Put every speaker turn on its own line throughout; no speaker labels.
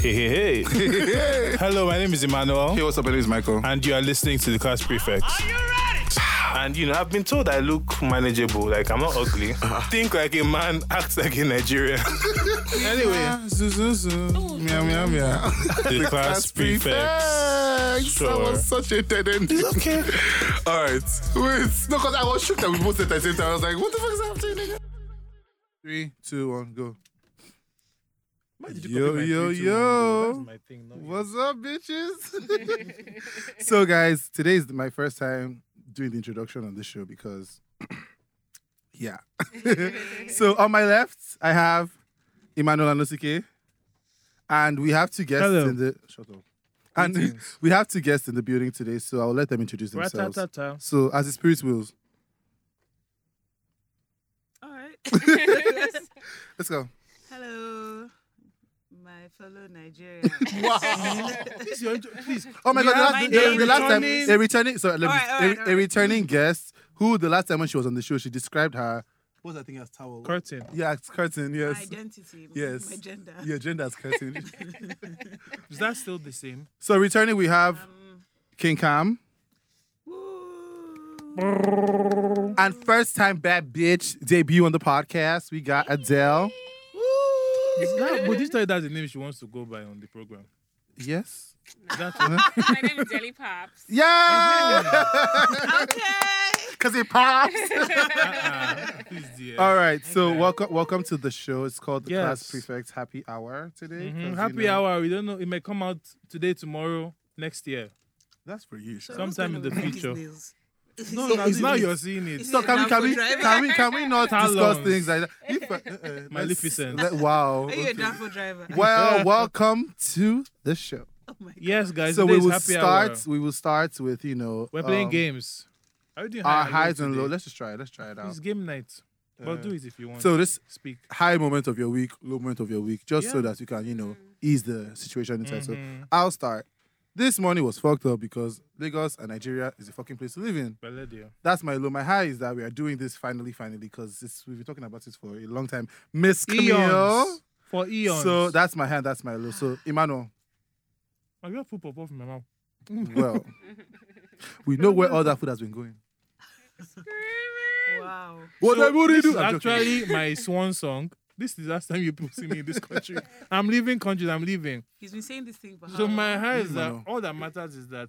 Hey, hey, hey. Hello, my name is Emmanuel,
Hey, what's up? My name is Michael.
and you are listening to the Class Prefect.
Are you ready?
And you know, I've been told I look manageable, like I'm not ugly. Think like a man, act like a Nigerian. anyway,
Ah, zoo, zoo, zoo. Meow, meow, meow.
the Class
That's
Prefect.
prefects. That
Sure.
was such a dead end.
Okay.
All right. Wait. No, because I was shocked that we both said it at the same time. I was like, what the fuck is happening, nigga? Three, two, one, go. Yo, yo, yo. What's up, bitches? so, guys, today's my first time doing the introduction on this show because, yeah. so, on my left, I have Emmanuel Anosike, and we have two guests
Hello.
in the. Shut up. And
Greetings.
we have two guests in the building today, so I'll let them introduce themselves.
Ratatata.
So, as the spirit wills,
All right.
let's go.
Hello, my fellow Nigerians.
Please, you're intro- please.
Oh my
We
god, the
have
last,
my
the-
name
the last time
returning-
a returning sorry, let me,
Alright, alright,
a, a
alright.
returning guest who the last time when she was on the show, she described her what was I think as towel.
Curtain.
yeah, it's curtain,
My
yes.
identity. my-
Yes.
My gender.
Your gender is curtain.
Is that still the same?
so returning we have
Um,
King Cam.
woo.
And first time bad bitch debut on the podcast, we got Adele.
Is that, but this time that's the name she wants to go by on the program.
Yes.
That's
My name is Jelly Pops.
Yeah,
okay.
because it pops.
uh-uh. please, dear.
All right, so
Okay.
welcome, welcome to the show. It's called the Class
Yes.
Prefect Happy Hour today.
Mhm.
'cause, you
Happy
know,
hour. We don't know. It may come out today, tomsometime next year.
That's for you.
So
Sha.
Sometime in the future. No,
no,
now- it's now you're seeing it.
So can we can we, can we can we not
Talons.
discuss things like that? If, uh, uh, let's-
Maleficent.
let- wow.
Are you
okay.
a doubtful driver?
Well, welcome to the show.
Oh my God.
Yes, guys.
so
today
we
is
will
happy
start.
Hour.
We will start with you know
We're playing
um,
games. Are you doing high
Our
and
highs and
today?
lows. Let's just try it. Let's try it out.
It's game night. But
Uh,
do it if you want.
So this
speak.
high moment of your week, low moment of your week, just so
Yeah. Mm-hmm.
that you can you know ease the situation inside. So
Mhm.
I'll start. This morning was fucked up because Lagos and Nigeria is a fucking place to live in.
Belle dear.
That's my low. My high is that we are doing this finally, finally, because we've been talking about this for a long time. Miss Camille.
Eons. For eons.
So that's my hand, that's my low. So Emmanuel,
I got food pop off in my mouth.
well, we know where all that food has been going.
Wow.
What
So
I would
this
do?
is
I'm joking.
actually my swan song. This is the last time you people see me in this country. I'm leaving countries. I'm leaving.
He's been saying this thing for how
So
long?
my high
Ah,
is
Leave
that
Mano.
all that matters is that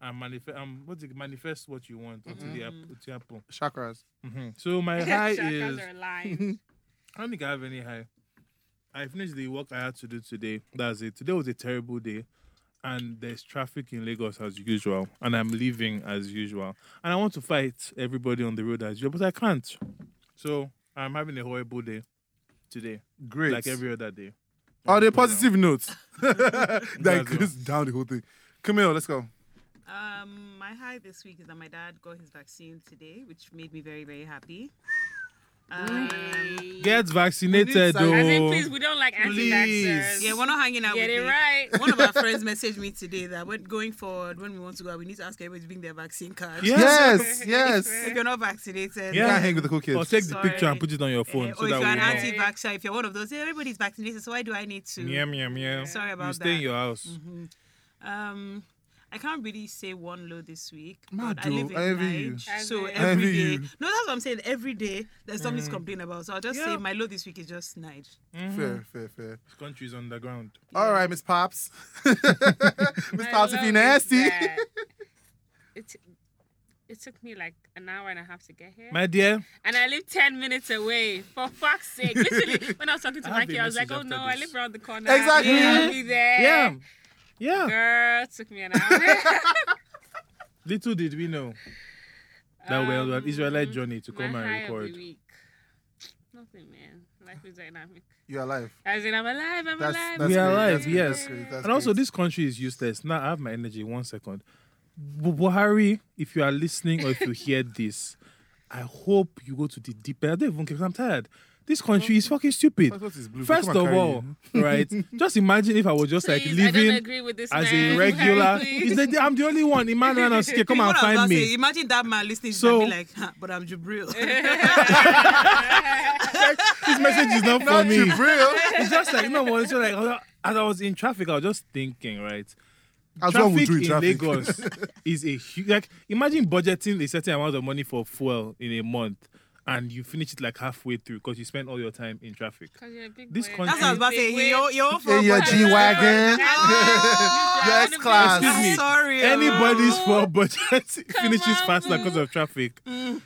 I manifest. Um, what is it? manifest what you want until they
Mm-hmm.
hap- until it happen.
chakras.
Mhm. So my high
Chakras
is.
are aligned.
I don't think I have any high. I finished the work I had to do today. That's it. Today was a terrible day, and there's traffic in Lagos as usual, and I'm leaving as usual. And I want to fight everybody on the road as usual, but I can't. So I'm having a horrible day today,
Great.
like every other day.
on a
the program.
positive note, that
That's all.
goes down the whole thing. Camille, let's go.
Um, my high this week is that my dad got his vaccine today, which made me very, very happy. Um,
Get
We
vaccinated,
need
though.
science.
As in, please, we don't like anti-vaxxers.
Oh. Please.
yeah, we're not hanging out
Get
with
it
the-
right.
One of our friends messaged me today that when going forward, when we want to go out, we need to ask everybody to bring their vaccine card.
Yeah.
Yes, yes.
If you're not vaccinated,
Yeah.
You can't hang with the cool
Or
kids.
take
Sorry.
the picture and put it on your
eh,
phone. so
or
that
if you're
we
an
know.
anti vaxxer, if you're one of those, "Eh, everybody's vaccinated, so why do I need to?
Meow, meow, meow.
Sorry
You
about
stay in
that. Mm-hmm.
your house.
Um, I can't really say one low this week.
Mad
but I live
though,
in
I envy you.
Nige, so
I
every
envy
day,
you.
no, that's what I'm saying. Every day there's something
Mm.
to complain about. So I'll just
Yeah.
say my low this week is just Nige.
Mm-hmm.
Fair, fair, fair.
This country's underground.
All right, Miss Pops. Miss
I
Pops, if
love
you nasty.
that. It, it took me like an hour and a half to get here.
My dear,
and I live 10 minutes away. For fuck's sake. Literally, when I was talking to
I have
Mikey,
a
I was like,
message
oh no,
after
I
this.
live around the corner.
Exactly.
I'll be there.
yeah, yeah.
Girl, it took me an hour.
Little did we know that we were
Um,
an Israelite journey to come
My
and
high of the
record.
week. Nothing, man. Life is dynamic.
You're alive.
As in, I'm alive. I'm
That's,
alive.
that's
We are
great,
alive,
that's great,
yes.
that's great, that's
and also,
great.
this country is useless. Now I have my energy. One second, Bu- Buhari, if you are listening or if you hear this, I hope you go to the deep end. I don't even care. 'cause I'm tired. This country is fucking stupid.
That's what is blue.
First
Come and
of
carry
all,
you.
right? Just imagine if I was just like
Please, I don't
living
agree with this
as
man.
a regular.
Please.
It's the- I'm the only one. Emmanuel and Ske, come
What
and
I was about
find
to
me.
say, imagine that man listening to
So-
so, me like, "Huh, but I'm Jabril.
This message is not for
Not
me.
Jibril.
It's just like you know what? It's just like as I was in traffic, I was just thinking, right?
As one would
traffic
do in
in
traffic.
Lagos is a huge. Like, imagine budgeting a certain amount of money for fuel in a month, and you finish it like halfway through because you spend all your time in traffic.
Because you're a big
This
boy.
country-
That's what I was about to
Big
say.
way.
Yo, yo, for
In your
budget.
G wagon.
Oh,
Your
X-Class.
Excuse me.
I'm sorry.
Anybody's
oh.
fuel budget finishes
on,
faster
mm.
because of traffic.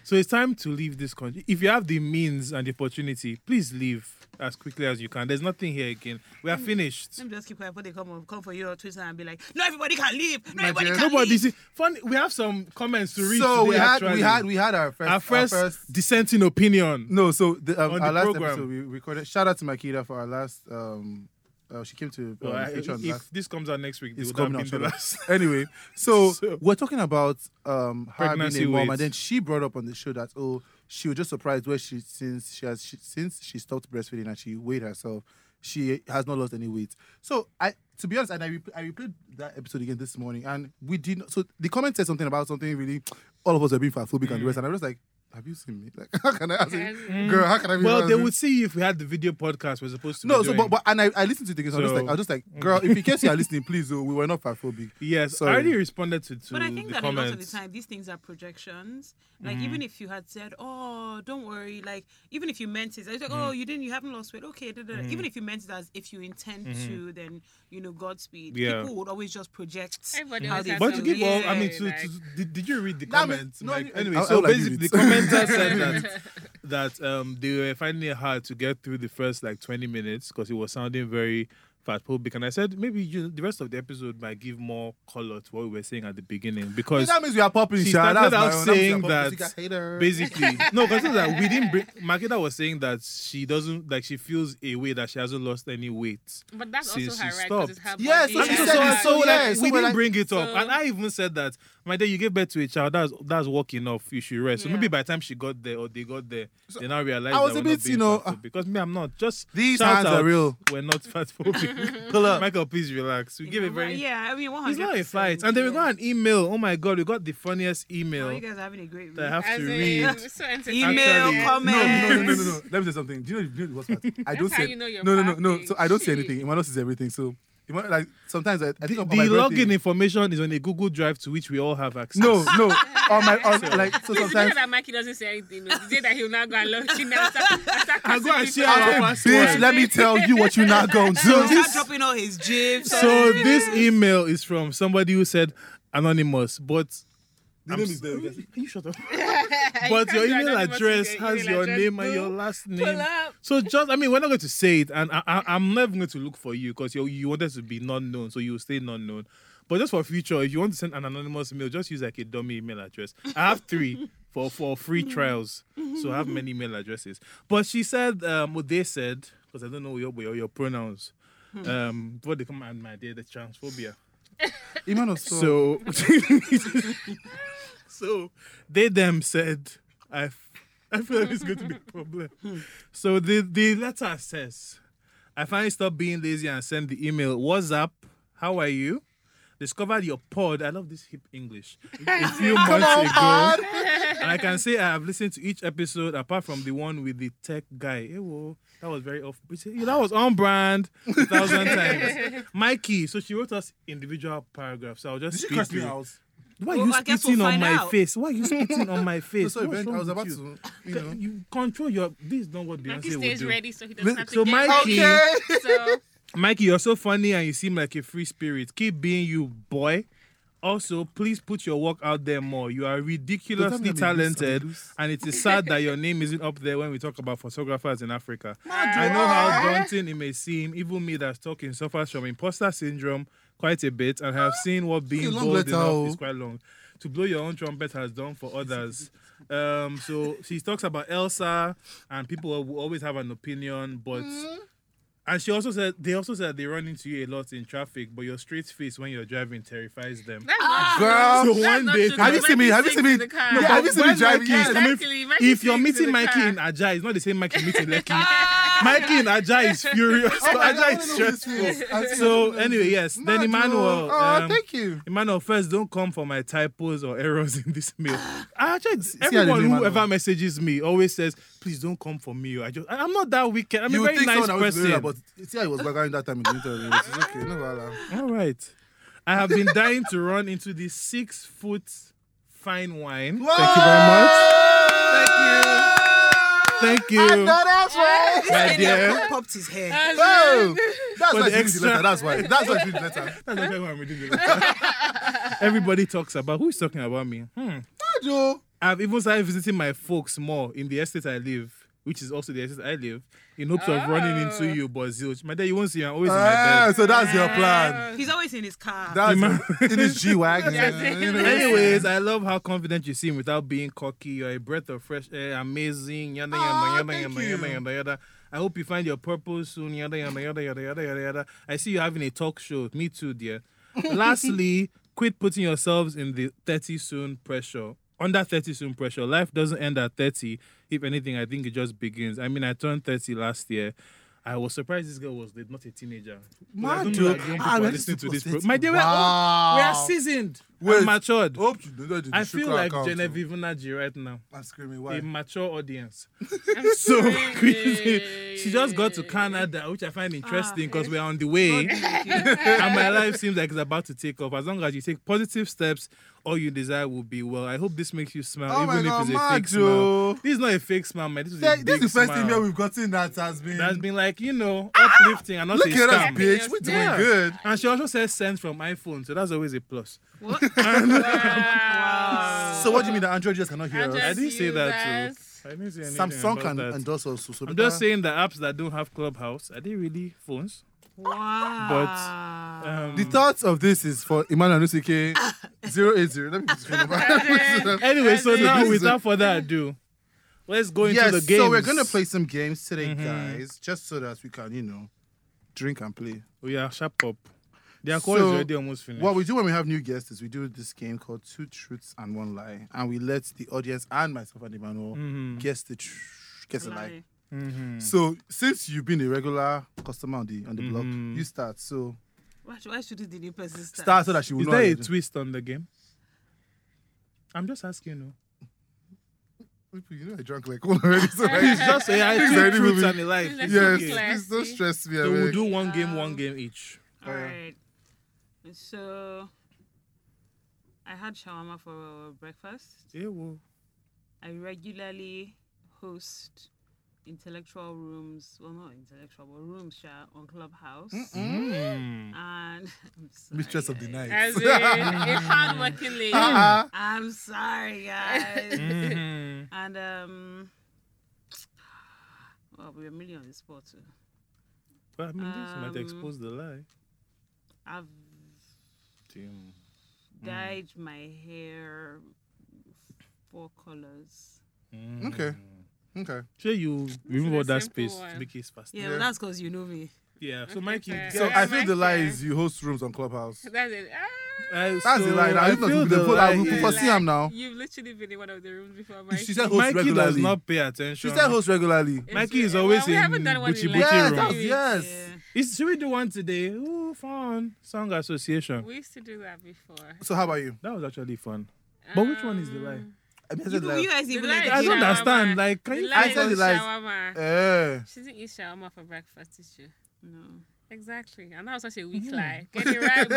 So it's time to leave this country. If you have the means and the opportunity, please leave as quickly as you can. There's nothing here again. We are finished.
Let me just keep quiet before they come come for you on Twitter and be like, no, everybody can leave. No, everybody
Nigeria.
can
Nobody.
leave.
See, fun. We have some comments to read.
So we
today,
had we
actually.
had we had our first
our first,
our first
dissenting opinion.
No, so the, um,
On
our
the
last
program.
episode we recorded. Shout out to Makita for our last. Um, uh, she came to
Well,
um,
I-
feature on the
if
last.
this comes out next week, it
It's
would have
coming
been
out.
the
shut up.
last.
Anyway, so,
So-
we're talking about um, her
Pregnancy
being a mom,
weight.
and then she brought up on the show that oh, she was just surprised where she since she has she, since she stopped breastfeeding and she weighed herself, she has not lost any weight. So I, to be honest, and I rep- I replayed that episode again this morning, and we did. Not, so the comment said something about something really. All of us are being fatphobic and the
Mm.
rest, and I was like, "Have you seen me? Like, how can I, ask you- girl? How can I be?"
Well, they
fatphobic?
would see if we had the video podcast we're supposed to.
No,
be
so
doing.
but, but and I, I listened to the again. So I was just like, I was just
mm.
like, girl, if in case you are listening, please, oh, we were not fatphobic.
yes,
Sorry.
I already responded to, to
But I think
the
that
comments. Mm-hmm.
a lot of the time, these things are projections. Like, even if you had said, oh, don't worry, like, even if you meant it, it's like,
Mm-hmm.
oh, you didn't, you haven't lost weight. Okay, da, da, da. even if you meant it as if you intend to, then, you know, Godspeed.
Mm-hmm. Yeah.
People would always just project
Everybody
how
always
they
has
But
So,
to
feel.
give all, I
yeah,
mean, to,
like-
to, did, did you read the
No, I mean,
comments?
no, I
Mike?
mean,
anyway,
I'll-
so
I'll agree
basically, the
with
commenter said that that um, they were finding it hard to get through the first like twenty minutes because it was sounding very fat public, and I said maybe you, the rest of the episode might give more color to what we were saying at the beginning because
That means we are popping.
she
Sha.
started
That's my
out
own. means
saying
we are popping.
that
You got haters.
basically no because that we didn't bring Makeda was saying that she doesn't like she feels a way that she hasn't lost any weight
But that's also
Since
her
she
right because it's her
stopped.
body.
Yeah, so
I'm
she
so
said
sorry.
it's
so like,
yeah, so
we
we're
didn't
like-
bring it up,
So-
and I even said that my dear, you gave birth to a child. That's that's work enough. You should rest. So
Yeah.
maybe by the time she got there or they got there, they now realize
I was
that
a
we're not
bit,
being
you know,
fatphobic.
uh,
because me, I'm not. Just
These
shout
hands
out,
are real.
We're not fatphobic. Pull up, Michael. Please relax. We give
You
it
know,
very.
Yeah, I mean, 100%.
It's not a fight, and then we got an email. Oh my god, we got the funniest
Oh,
email
you guys are having a great
that I have
week.
As
to
in,
read.
so entertaining.
Email,
Actually,
comment.
No, no, no, no, no, no. Let me say something. Do you know, do you know what's bad? I don't
That's
say
how you know you're
no, no, no, no.
popping.
So I don't say
Shit.
anything. Imanos is everything. So Iman- like sometimes I, I think
The,
about
the
my birthday.
login information is on a Google Drive to which we all have access.
No, no. on my on, like so
Please, the day
sometimes.
that Mikey doesn't say anything, no, the day that he'll not go and log in and start, start
I'll go and
cursing
share
people.
our
Hey, bitch,
password.
let me tell you what you not gonna
So
do.
he's not dropping all his jibs.
So this email is from somebody who said anonymous, but
The
I'm
name is
s-
there.
You shut up.
You
but
can't
your
do
email
anonymous
address
with
has
email
your
address.
name and your
Boo.
last
Pull
name.
up.
So just, I mean, we're not going to say it, and I, I, I'm never going to look for you because you you wanted to be non-known, so you will stay non-known. But just for future, if you want to send an anonymous mail, just use like a dummy email address. I have three for for free trials, so I have many email addresses. But she said, um, what they said, because I don't know your your, your pronouns.
Hmm.
Um, what they come and my dear, the transphobia.
Imanos, so
So, so they them said, I, f- I feel like it's going to be a problem. So the, the letter says, I finally stopped being lazy and sent the email. What's up? How are you? Discovered your pod. I love this hip English. A few months ago,
Ah,
and I can say I have listened to each episode apart from the one with the tech guy. Eh, whoa, that was very off. we say, That was on brand a thousand times. Mikey. So she wrote us individual paragraphs. So I'll just
did she
speak
curse me
through.
out?
Why are
Well,
you
I guess
spitting
we'll
on
find
my
out.
face? Why are you spitting on my face?
Sorry,
What's
Ben,
wrong
I was
with
about
you?
to, you know.
You control your. This is not what
Mikey
Beyonce would
stays
do.
ready so he doesn't have to
So
get
Mikey-
Okay.
ready. So
Mikey, you're so funny and you seem like a free spirit. Keep being you, boy. Also, please put your work out there more. You
Don't
are
tell me I'm a
ridiculously
loose, I'm a
talented,
loose.
and it is sad that your name isn't up there when we talk about photographers in Africa. I know how daunting it may seem. Even me that's talking suffers from imposter syndrome quite a bit, and have seen what being
It's a long
bold
letter,
enough
oh.
is quite long. To blow your own trumpet has done for others. Um, so she talks about Elsa, and people will always have an opinion, but.
Mm-hmm.
And she also said they also said they run into you a lot in traffic, but your straight face when you're driving terrifies them.
that's not
Girl.
true.
So
That's
one
not
day-
true.
Have you seen me?
Mikey
Have you seen
sings
me?
in the car.
No, but have you seen me
When
driving?
Mikey is
Yes.
coming-
Exactly. Mikey
If you're
sings in
meeting
the
Mikey
car. Ah.
in Aja, it's not the same Mikey meeting Lucky. Mikey and Ajay is furious.
Oh, I
Ajay
don't
is
know
stressful.
this face. I see
So
it.
anyway, yes. then
Mad,
Emmanuel.
Oh,
um,
thank you.
Emmanuel, first, don't come for my typos or errors in this mail. I actually,
how they
everyone
do,
who
Emmanuel.
ever messages me always says, "Please don't come for me." I just, I- I'm not that wicked. I'm
you
a
would
very
think
nice
someone was
person.
doing but see, I was back in that time in the interview. It's okay, no problem.
All right, I have been dying to run into this six foot fine wine. Thank you very much. Thank you.
that's right.
My
My
dear.
dear. popped his hair.
Oh, that's
For
why
the
she read the
extra-
letter. That's why. That's why she read the letter.
That's the second one we did it. Everybody talks about who is talking about me. Hmm.
Hi, Joe.
I've even started visiting my folks more in the estate I live, which is also the estate I live, in hopes of running into you, but zilch. My dad, you won't see me. I'm always in my
Ah,
bed.
so that's your plan.
He's always in his car.
That's
Emma-
in his G wagon.
Anyways, I love how confident you seem without being cocky. You're a breath of fresh air, amazing. Yada yada
Aw,
yada
thank
yada
you.
yada yada yada. I hope you find your purpose soon. Yada yada yada yada yada yada yada. I see you having a talk show. Me too, dear. Lastly, quit putting yourselves in the thirty soon pressure. Under thirty soon pressure. Life doesn't end at thirty. If anything, I think it just begins. I mean, I turned thirty last year. I was surprised this girl was not a teenager. I don't know that young people
Ah,
are
we're
listening to
supposed
this.
to
Pro-
say-
My dear, we are
wow.
old. we are seasoned.
Wait.
We're matured.
Hope you don't do the
I feel
Shukra
like
account. oh.
Genevieve Unaji right now.
I'm screaming.
A
Why?
mature audience. so crazy. She just got to Canada, which I find interesting because we're on the way. and my life seems like it's about to take off. As long as you take positive steps, all you desire will be well. I hope this makes you smile,
Oh my
even
God,
if it's a
mad,
fake
Joe.
smile. This is not a fake smile, man. This is a
This is
big
the first
smile.
email we've gotten that has been.
That's been like, you know, uplifting and not
Ah! Look
a
at us,
scam.
bitch. We're doing
Yeah.
good.
And she also says sent from iPhone, so that's always a plus.
What?
Wow.
So what do you mean that Android just cannot hear
Android-
I
us?
didn't say that
Users.
too. I didn't say anything
Samsung
about
can
that.
endorse us. So
I'm just saying the apps that don't have Clubhouse are they really phones?
wow.
Um,
The thoughts of this is for Emmanuel Nusike 080. Let me just fill them out.
anyway, so
Anyway.
now
This is
without
a-
further ado, let's go into the
Yes,
game.
so we're going to play some games today, guys, just so that we can, you know, drink and play.
We are Oh, sharp up. The call is
So,
already almost finished.
What we do when we have new guests is we do this game called Two Truths and One Lie, and we let the audience and myself and Emmanuel guess the tr- guess a Mm-hmm. lie. Mm. So since you've been a regular customer on the on the block, you start. So
Why, should- why should the new person start?
Mm-hmm. start so that she will
is
know.
there a twist on the game? I'm just asking you.
People, you know I drank like one already. So like,
It's just AI
It's
two
already
truths
moving.
and a lie. It's
yes,
okay.
please don't stress me. I
So we'll
beg.
do one game, one game each.
All right. So, I had shawarma for breakfast.
Yeah, well,
I regularly host intellectual rooms. Well, not intellectual, but rooms sha, on Clubhouse. And I'm sorry.
Mistress of the
guys.
night.
As in, a hardworking lady.
Ah,
I'm sorry, guys.
Mhm.
and um, well, we were really on the spot too.
but I mean, this might
Um,
expose the lie.
I've
Damn.
dyed my hair four colors.
okay, okay.
Sure, you remove
a
all that
simple
space to
one.
make it faster.
Yeah,
Yeah.
Well, that's because you know me.
Yeah, so uh, Mikey.
fair.
So
guess.
I think the lie
okay.
is you host rooms on Clubhouse.
That's it. Ah.
Uh,
That's the
so
lie. Now.
I
If not,
feel
they
the
put- I
lie
will put
is-
for CM now.
You've literally been in one of the rooms before, Mike.
She said host
Mikey does
regularly.
not pay attention.
She said host regularly.
It's-
Mikey is always
we
in
haven't done one in
Gucci
like
Gucci
three
room.
that's-
weeks.
yes.
Yeah.
Is, should we do one today? Ooh, fun. Song Association.
We used to do that before.
So how about you?
That was actually fun. But which one is the lie?
I mean, I
You,
said
you
lie.
guys even
The
like
light
I
the
don't
shawarma.
understand. Like, can
The
you
lie
I said
is
the lie.
shawarma.
Eh.
She didn't eat shawarma for breakfast, did she?
No.
Exactly. And that was such a weak
Hmm.
lie. Get it right, boo.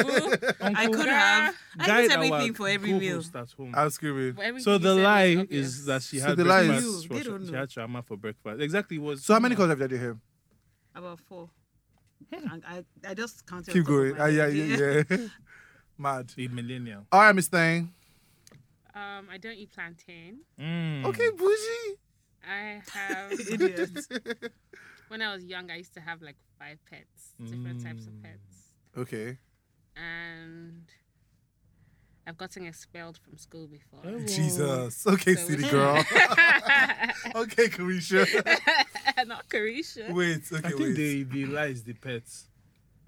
Um, I
Uncle,
could have. I
guide
eat
our
everything for every meal.
co-host at home.
I'm screaming.
But everything
So
you
the
said was
lie
obvious.
is that she
So
had
the lie is-
breakfast.
They
for-
don't
She
know.
had shawarma for breakfast. Exactly. it Was
So how many calls have you had to hear?
About four. And I, I just counted. off
Keep
the top
going.
of my
Ah, yeah,
head.
yeah, yeah. Mad.
The millennial.
All right, Miss Thang.
Um, I don't eat plantain.
Mm.
Okay, bougie.
I have.
Idiot.
when I was young, I used to have like five pets, different types of pets,
Hmm.
Okay.
and I've gotten expelled from school before.
Oh.
Jesus. Okay,
So
city
we-
girl. okay, Carisha.
Not Carisha.
Wait.
I
Okay,
think
wait.
they the lie is the pets.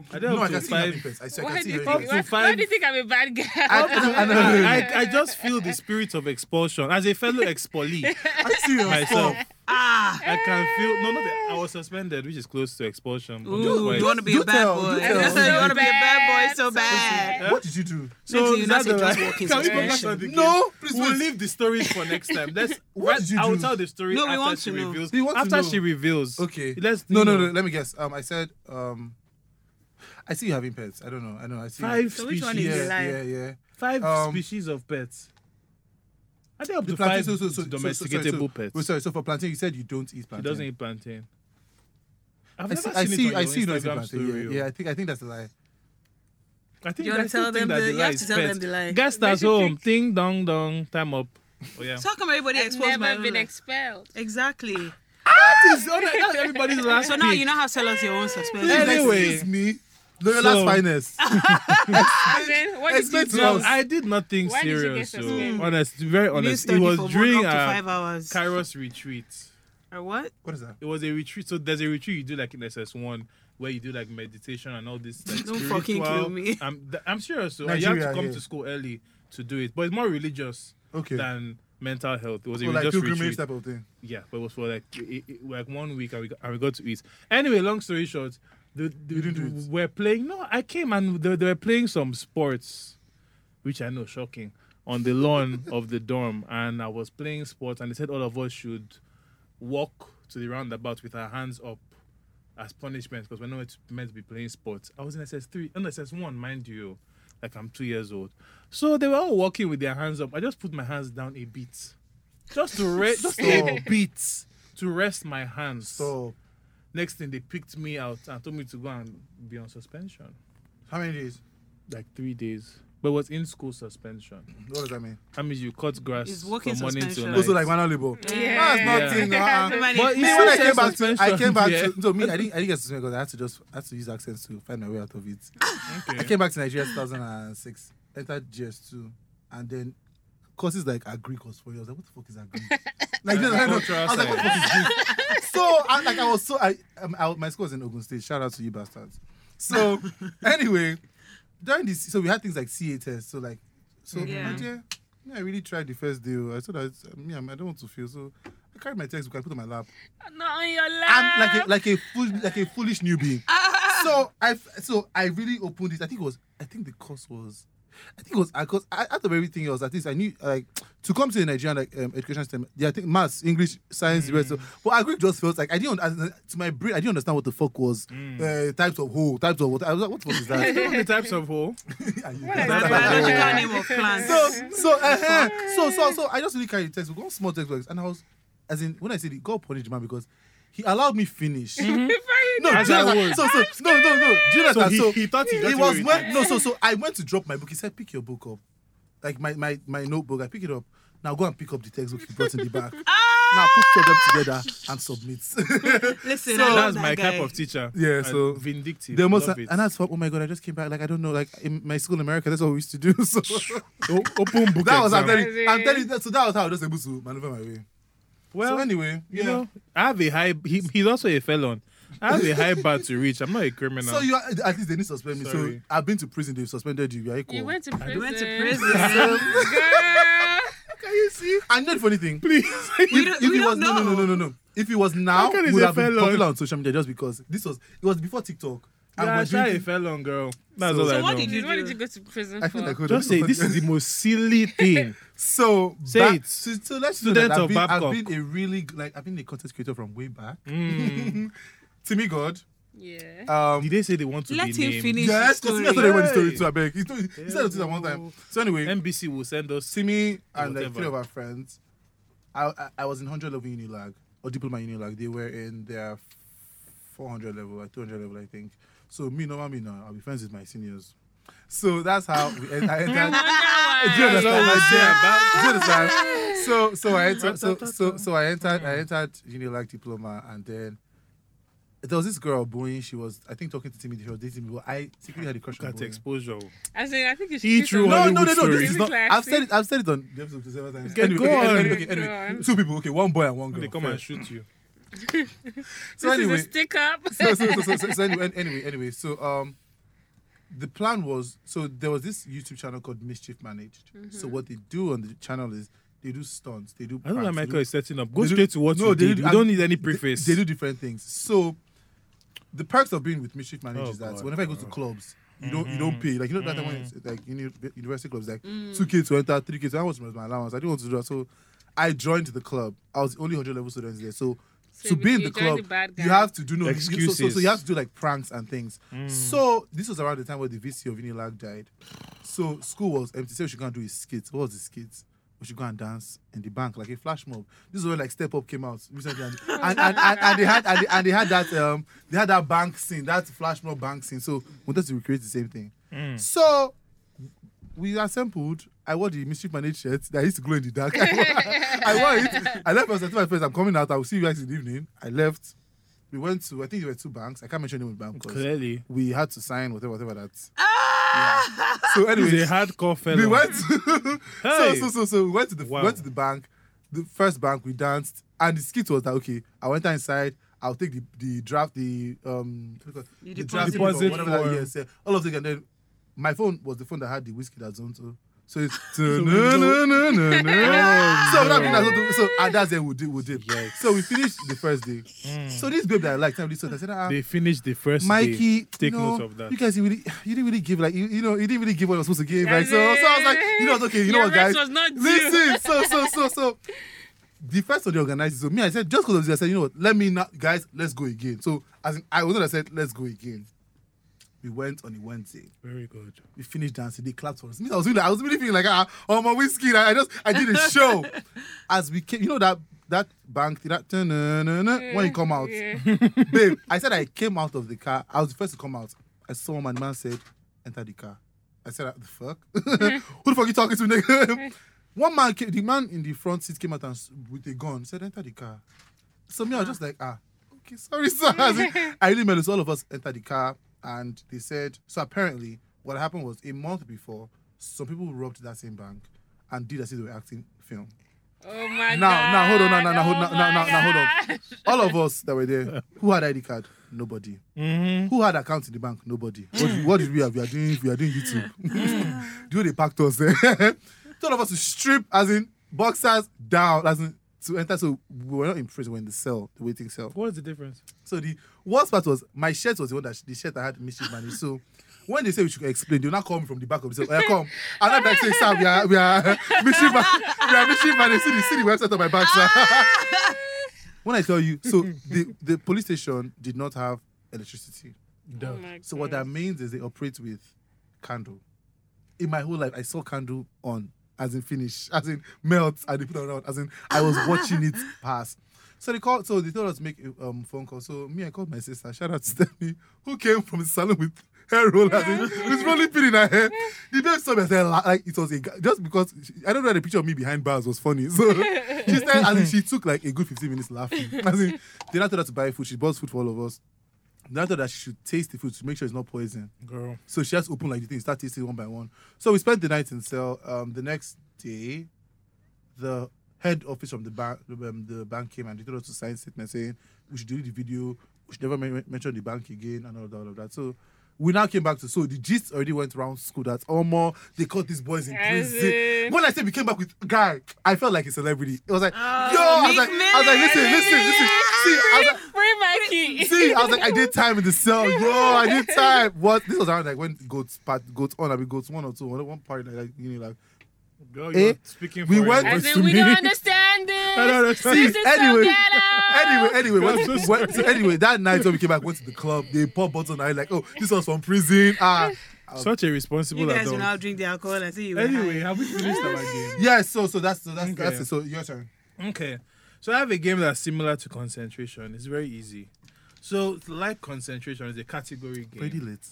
I
No,
don't
I
have
can
to
see her
five.
impress. I, see- I
Why
can
do
see
you
her
think?
Up to
impress.
Why, why
five-
do you think I'm a bad girl?
I, know. I, I just feel the spirit of expulsion as a fellow expollee
I see her
myself.
Ah.
I can feel no, no. I was suspended, which is close to expulsion. but not
Ooh,
quite.
you want to be
do
a bad
tell,
boy.
do
You,
tell.
want to be a bad boy so
So
bad.
What did you do?
Next
so
thing you know,
is
say
that
just
the-
walk in
Can we go back
situation.
to the beginning?
No, please
We'll
wait.
leave the stories for next time. Let's.
What
let-
did you
I will
do?
tell the story
No, we
after
want
she
to know.
reveals.
We want to
after
know.
she reveals.
Okay.
Let's
No, no,
know.
no. Let me guess. Um, I said um, I see you having pets. I don't know. I know. I see you.
Five
So
species.
which one is
Yeah,
your life?
yeah, yeah.
Five
Um,
species of pets. Are there up
The
to
plantain.
five
So, so, so, so,
domesticatable
so, so,
pets?
Wait, sorry. So for plantain, you said you don't eat
He
plantain.
doesn't eat plantain. I've
I
never
see. I
seen it
see.
on
I
your
see you don't eat
Instagram
plantain.
story,
Yeah,
oh.
yeah. I think. I think that's a lie.
I think
You
I
wanna
still
tell
think
them
that
the-
the
you
lie
have
is
to tell
pets.
them the lie.
Guest
Make
at
you
home, ding dong dong, time up. Oh yeah.
So how come everybody
I've
exposed my
never
own
been
life?
expelled.
Exactly.
That's everybody's last.
So now you now have to tell us your own suspension.
Hey, Anyway.
Excuse me. Loyola's
So-
finest.
I mean, what did you
Explain to
do?
No, I did not think
Why did you
serious.
get
So
suspended?
honest, very
You
honest. It
study
was
for one
during
up to
a
five hours.
Kairos retreat.
Or what?
What is that?
It was a retreat. So there's a retreat you do like in SS1 where you do like meditation and all this. Like,
Don't fucking kill
spiritual-
me.
I'm, th- I'm serious. So and you have to
Nigeria,
come
yeah.
to school early to do it, but it's more religious
Okay.
than mental health. It was a
Or like
religious
pilgrimage
retreat.
type of thing.
Yeah, but it was for like it, it, like one week and we, got, and we got to eat. Anyway, long story short, the, the,
didn't do it.
we're playing. No, I came and they, they were playing some sports, which I know shocking, on the lawn of the dorm, and I was playing sports, and they said all of us should walk to the roundabout with our hands up as punishment because we're not meant to be playing sports. I was in SS3, and SS1, mind you, like I'm two years old. So they were all walking with their hands up. I just put my hands down a bit, just to rest, just a
Stop.
bit to rest my hands.
So
Next thing, they picked me out and told me to go and be on suspension,
how many days?
like three days. But it was in school suspension.
What does that mean?
I mean, you cut grass
It's
from
working
morning
suspension.
till night.
Also like manual labor.
Yeah.
That's nothing.
Yeah.
uh-uh.
Everybody-
But
Me,
it's
when I
still
came back, to,
suspension,
I came back
yeah.
to. No, me, I didn't. I didn't get suspension because I had to just I had to use accents to find my way out of it. I came back to Nigeria 2006, entered GS2, and then courses like agri course for you. I was like, what the fuck is agri? like, then I, know, I was like, what the fuck is this? So, I, like, I was so I, um, I my school was in Ogun State. Shout out to you bastards. So, anyway, during this, so we had things like CA tests. So, like, so
Yeah.
my dear, me, I really tried the first day. oh. I said, I, me, I'm- I don't want to fail. So. I carried my textbook. I put it on my lap.
Not on your lap.
I'm like a, like a fool, like a foolish newbie so I so I really opened it. I think it was I think the course was I think it was because out of everything else, at least I knew like to come to the Nigerian like um, education system. Yeah, I think maths, English, science, the rest.
Mm.
Of, but I agree, just felt like I didn't un- to my brain. I didn't understand what the fuck was
Mm.
uh, types of hole, types of water. I was like, what the fuck is that?
the types of hole.
And you-
is
The
that?
biological name of plants.
so so uh, so so so I just really carried the textbook, one small textbook, and I was as in when I said it, God punished the man because he allowed me finish.
Mm.
No,
As
do you
I
know that-
would.
so so no no no. Do you know
So
that?
he,
so
he thought he got
it
away
was
with
when no so so I went to drop my book. He said, "Pick your book up, like my my my notebook. I pick it up. Now go and pick up the textbook he brought in the back.
Ah!
now put two of them together and submit."
Listen, I
So
love
that's
that
my
guy.
type of teacher.
Yeah,
And
so
vindictive.
they must
love it.
and that's what. Oh my god! I just came back. Like I don't know. Like in my school in America, that's what we used to do. So
O- open book.
that was I'm
exam.
telling you. I'm telling you. that- So that was how I was able to maneuver my way.
Well,
so anyway,
you
yeah.
know, I have a high. He, he's also a felon. I have a high bar to reach. I'm not a criminal.
So you are, at least they didn't suspend me. So
Sorry.
I've been to prison. They've suspended you. You are equal.
You went to prison.
You went to prison.
Girl.
Can you see? And not for anything. Please. If,
We don't-
if
we
it was
don't
no no no
know.
no no no. If it was now,
can
it
you
would
say
have been
felon?
popular on social media just because this was it was before TikTok. And we're
yeah, I'm not a
drinking-
felon, girl. That's
So-
all
So
I
what
know.
did you-
What did you go to prison
I
for?
feel like we're
Just say
drinking-
this is the most silly thing.
So
Say
back-
it.
So, so let's do
Student
that. I've
of
been, I've
Babcock.
been a really g- like I've been a content creator from way back.
Mm.
Timmy God.
Yeah.
Um.
did they say they want to
Let
be
him
named?
finish
Yes,
his
because
story.
Timmy told everybody the story
Hey.
too. I beg. He, told, he said it to them one time. So anyway,
NBC will send us.
Timmy and like
Whatever.
three of our friends. I I, I was in hundred level Unilag or diploma Unilag. They were in their four hundred level or two hundred level, I think. So me, normal me now. I'll be friends with my seniors. So that's how we, en- I entered. Do you
Wonder why.
understand?
Ah.
Do you understand? So so I entered so so so I entered I entered Unilag diploma and then there was this girl Boeing, she was I think talking to Timmy, she was dating me, but I secretly had a crush on
Got
Boeing.
exposure. oh.
I said, I think you should.
He
do
threw
something.
No,
Hollywood
no, no, no,
story.
this is
Is it
not. I've
classic?
said it. I've said it on the episode several times.
Get
anyway,
going.
anyway, okay, anyway,
Go on.
two people. Okay, one boy and one girl.
They come
Fair.
and shoot you.
so
This
anyway,
is a stick up.
so, so, so, so, so anyway, anyway, so um, the plan was so there was this YouTube channel called Mischief Managed. So what they do on the channel is they do stunts, they do.
I don't know
pranks,
why
they
Michael
do-
is setting up. Go
they do-
straight to what you
they
did.
do-
you don't
and
need any
they-
preface.
They, do different things. So the perks of being with Mischief Managed
Oh,
is that
God.
whenever I go to clubs. You don't, you
Mm-hmm.
don't pay like you know that time when it's
Mm.
like uni- university clubs like two k to enter three k to how much was my allowance I didn't want to do that so I joined the club I was the only hundred level students there so,
So
to
you-
be in
you
the
joined
club
the bad
you
guys.
have to do no you- So, so, so
Excuses.
you have to do like pranks and things. So this was around the time where the VC of Unilag died. So school was empty. So we should go and do his skits. What was his skits? We should go and dance in the bank like a flash mob. This is when like Step Up came out recently, and and, and, and, and they had and they, and they had that um they had that bank scene, that flash mob bank scene. So we wanted to recreate the same thing. So we assembled. I wore the mischief managed shirt that used to glow in the dark. I wore, I wore it. I left. I said to my friends, "I'm coming out. I will see you guys in the evening." I left. We went to. I think there were two banks. I can't mention the name of the bank because
Clearly,
we had to sign whatever, whatever that. Yeah. So
he's
anyway,
a hardcore fellow.
we went. To, So
Hey.
so so so we went to the
Wow.
went to the bank. The first bank we danced, and the skit was that okay. I went inside. I'll take the, the draft, the um, what do you call it?
You
the
deposit
form,
Deposit
whatever that
form.
yes, yeah. all of them. And then my phone was the phone that had the whiskey that's on to. So it's so
we know. Oh,
that means that's what- so and that's it. We did, we did. So we finished the first day.
Mm.
So this babe that I liked, I really saw, I said, ah,
They finished the first
Mikey,
day. Take
you know,
note of that.
You guys, you really, you didn't really give like you, you know, you didn't really give what I was supposed to give. Like, so, so
That's
I was like,
it.
you know, what, okay, you know
Your
what, guys,
rest was not due.
listen, so, so, so, so. The first of the organizers, so me, I said, just because of this, I said, you know what, let me not, guys, let's go again. So, as in, I was not, I said, let's go again. We went on a Wednesday.
Very good.
We finished dancing. They clapped for us. Me, I was really, I was really feeling like, ah, oh my whiskey. Like, I just, I did a show. As we came, you know that that bank, thing, that na-na-na, when it come out,
Yeah.
babe, I said I came out of the car. I was the first to come out. I saw my man said, enter the car. I said, "Ah, the fuck? Who the fuck you talking to, nigga? One man, came, the man in the front seat came out and s- with a gun said, enter the car. So me, I was just like, ah, okay, sorry, sir. As in, I really made it. So all of us entered the car, and they said, so apparently, what happened was a month before, some people robbed that same bank and did as if they were acting film.
Oh my
Now,
god.
now, hold on, now, now, now, hold
oh
on, now, now,
my
now, hold
gosh.
All of us that were there, who had ID card? Nobody.
Mm-hmm.
Who had accounts in the bank? Nobody. What, did- what did we have? We are doing we are doing YouTube. Do you know they packed us there? Told of us to strip as in boxers down as in to enter. So we were not in prison, we were in the cell, the waiting cell.
What's the difference?
So the worst part was my shirt was the one that the shirt I had mischief managed. So when they say we should explain, they'll not come from the back of the cell. "Oya, come. And I'm like saying, sir, we are we are mischief man- we are mischief managed. See the see the website on my back, sir. when I tell you, so the, the police station did not have electricity.
Oh my
So what that means is they operate with candle. In my whole life, I saw candle on, as in finish, as in melt, and they put it around, as in I was watching it pass. So they called, so they told us to make a um, phone call. So me, I called my sister. Shout out to Stephanie, who came from the salon with hair roll, as in with rolling pin in her hair. The babe saw me and said, la- like it was a guy- just because she, I don't know the picture of me behind bars was funny. So she said, as in she took like a good 15 minutes laughing. As in, they now told her to buy food. She bought food for all of us. Then I thought that she should taste the food to make sure it's not poison.
Girl.
So she just opened like the thing, start tasting one by one. So we spent the night in cell. Um, the next day, the head office from the bank, um, the bank came and they told us to sign statement saying we should delete the video, we should never men- mention the bank again, and all that, all of that. So we now came back to so the gist already went around school that almost they caught these boys in
As
prison.
in-
When I said we came back with guy, I felt like a celebrity. It was like, yo,
Oh,
I was like, I was like,
Meek
listen,
Mill.
listen, listen, see, I was like,
Free Mikey.
See, I was like, I did time in the cell, yo, I did time. What? This was around like when goats part, goats on, I mean goats one or two, one, one party like, like you know like.
Girl,
Eh?
you're speaking for
We went-
As
everybody.
to
in, we don't
me.
understand this.
I don't understand.
This is so
Anyway.
ghetto.
Anyway, anyway, when,
That's so
when- so anyway, that night when we came back, went to the club, they pop bottles, and I like, oh, this was from prison. Ah,
Such a responsible
You guys
adult.
will now drink the alcohol and see you. were
Anyway,
high.
have we finished our game?
yeah. So, so that's so that's
Okay.
that's it. So your turn.
Okay. So I have a game that's similar to concentration. It's very easy. So like concentration is a category game.
Pretty late.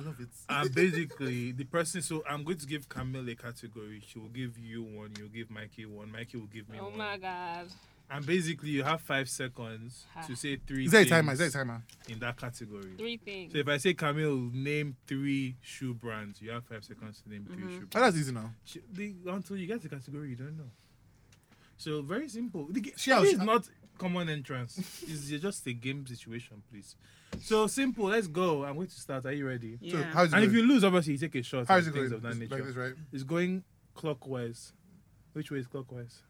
I love it.
And basically the person so I'm going to give Camille a category. She will give you one, you'll give Mikey one, Mikey will give me
Oh
one.
my god.
And basically you have five seconds to say three
Is there a timer? Is
things
there a timer?
in that category.
Three things.
So if I say Camille name three shoe brands, you have five seconds to name 3 shoe
Oh,
brands.
that's easy now.
Sh- the- until you get the category you don't know. So very simple. The, ga-
Shall-
this is
shall-
not common entrance. It's just a game situation, please. So simple. Let's go. I'm going to start. Are you ready?
Yeah.
So how's it
And if
going?
you lose, obviously you take a shot.
How's
and
it
things
going?
of that
It's
nature.
Like this, right?
It's going clockwise. Which way is clockwise?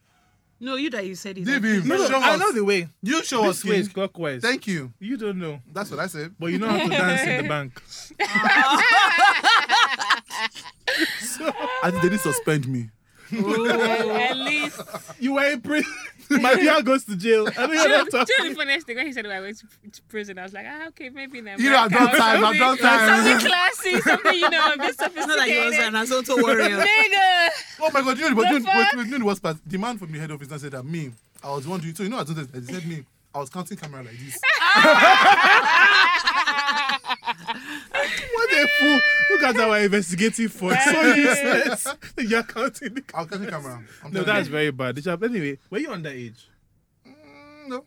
No, you that you said it.
Leave
like-
him. show
I
us.
know the way.
You show us.
This way is
King.
clockwise.
Thank you.
you don't know,
That's what I said.
but you know how to dance in the bank.
And they didn't suspend me.
Oh.
At least.
You were in prison. My dear goes to jail. I don't have
Do
time.
you know the funniest thing? When he said I went to to prison, I was like, ah, okay, maybe in America.
You know, I've done
or
time. I've done
something-
time.
Something classy, something, you know, a bit
It's not that you was an
sophisticated.
assault warrior.
Nigga!
Oh my god, you know, but you know,
fuck?
wait, wait, you know the worst part? The man from the head office now said that me, I was wondering, so you know, I told them, he said me, I was counting camera like this.
What a fool. Look at our investigative for so useless. You're counting the
I was counting camera. I'm
No,
telling
that's
you.
very bad. Did you have- Anyway, were you underage?
Mm, no.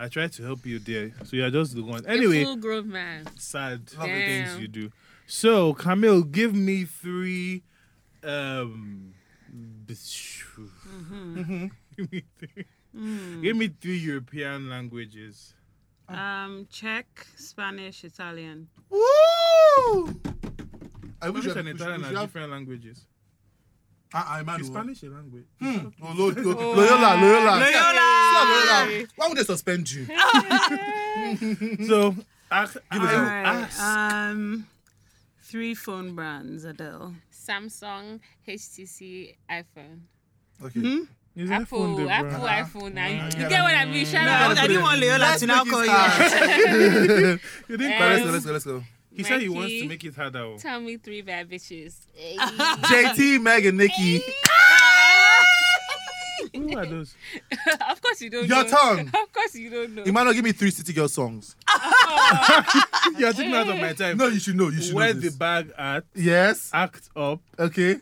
I tried to help you there. So you're just the one.
A
Anyway,
full grown man.
sad
Lovely
Damn.
things you do. So, Camille, give me three. Um,
Mm-hmm.
give me three. Give me three European languages.
Um, Czech, Spanish, Italian.
Woo! I
Spanish
wish
and
we should-
Italian
we
are
should have-
different languages.
Ah, ah, Emmanuel.
Is Spanish a language?
Hmm. Oh, Lo- Lo- Loyola, Loyola.
Loyola!
Loyola. Why would they suspend you?
So, I, I will
Alright.
ask.
Um, three phone brands, Adele.
Samsung, HTC, iPhone.
Okay.
Is that phone
Apple,
the
Apple,
brand?
iPhone. Now you, you get what I mean. Shout
I
out.
didn't want Loyola to now call you.
you.
You didn't
Um,
let's go, let's go, let's go.
He said he
Mikey.
wants to make it harder. oh.
Tell me three bad bitches.
JT, Meg, and Nikki.
Who are those?
of course you don't.
Your
know.
tongue.
Of course you don't know.
Emmanuel, give me three City Girl songs.
You're taking out of my time.
No, you should know. You should
Where
know.
the
This.
bag at,
yes.
act up.
Okay.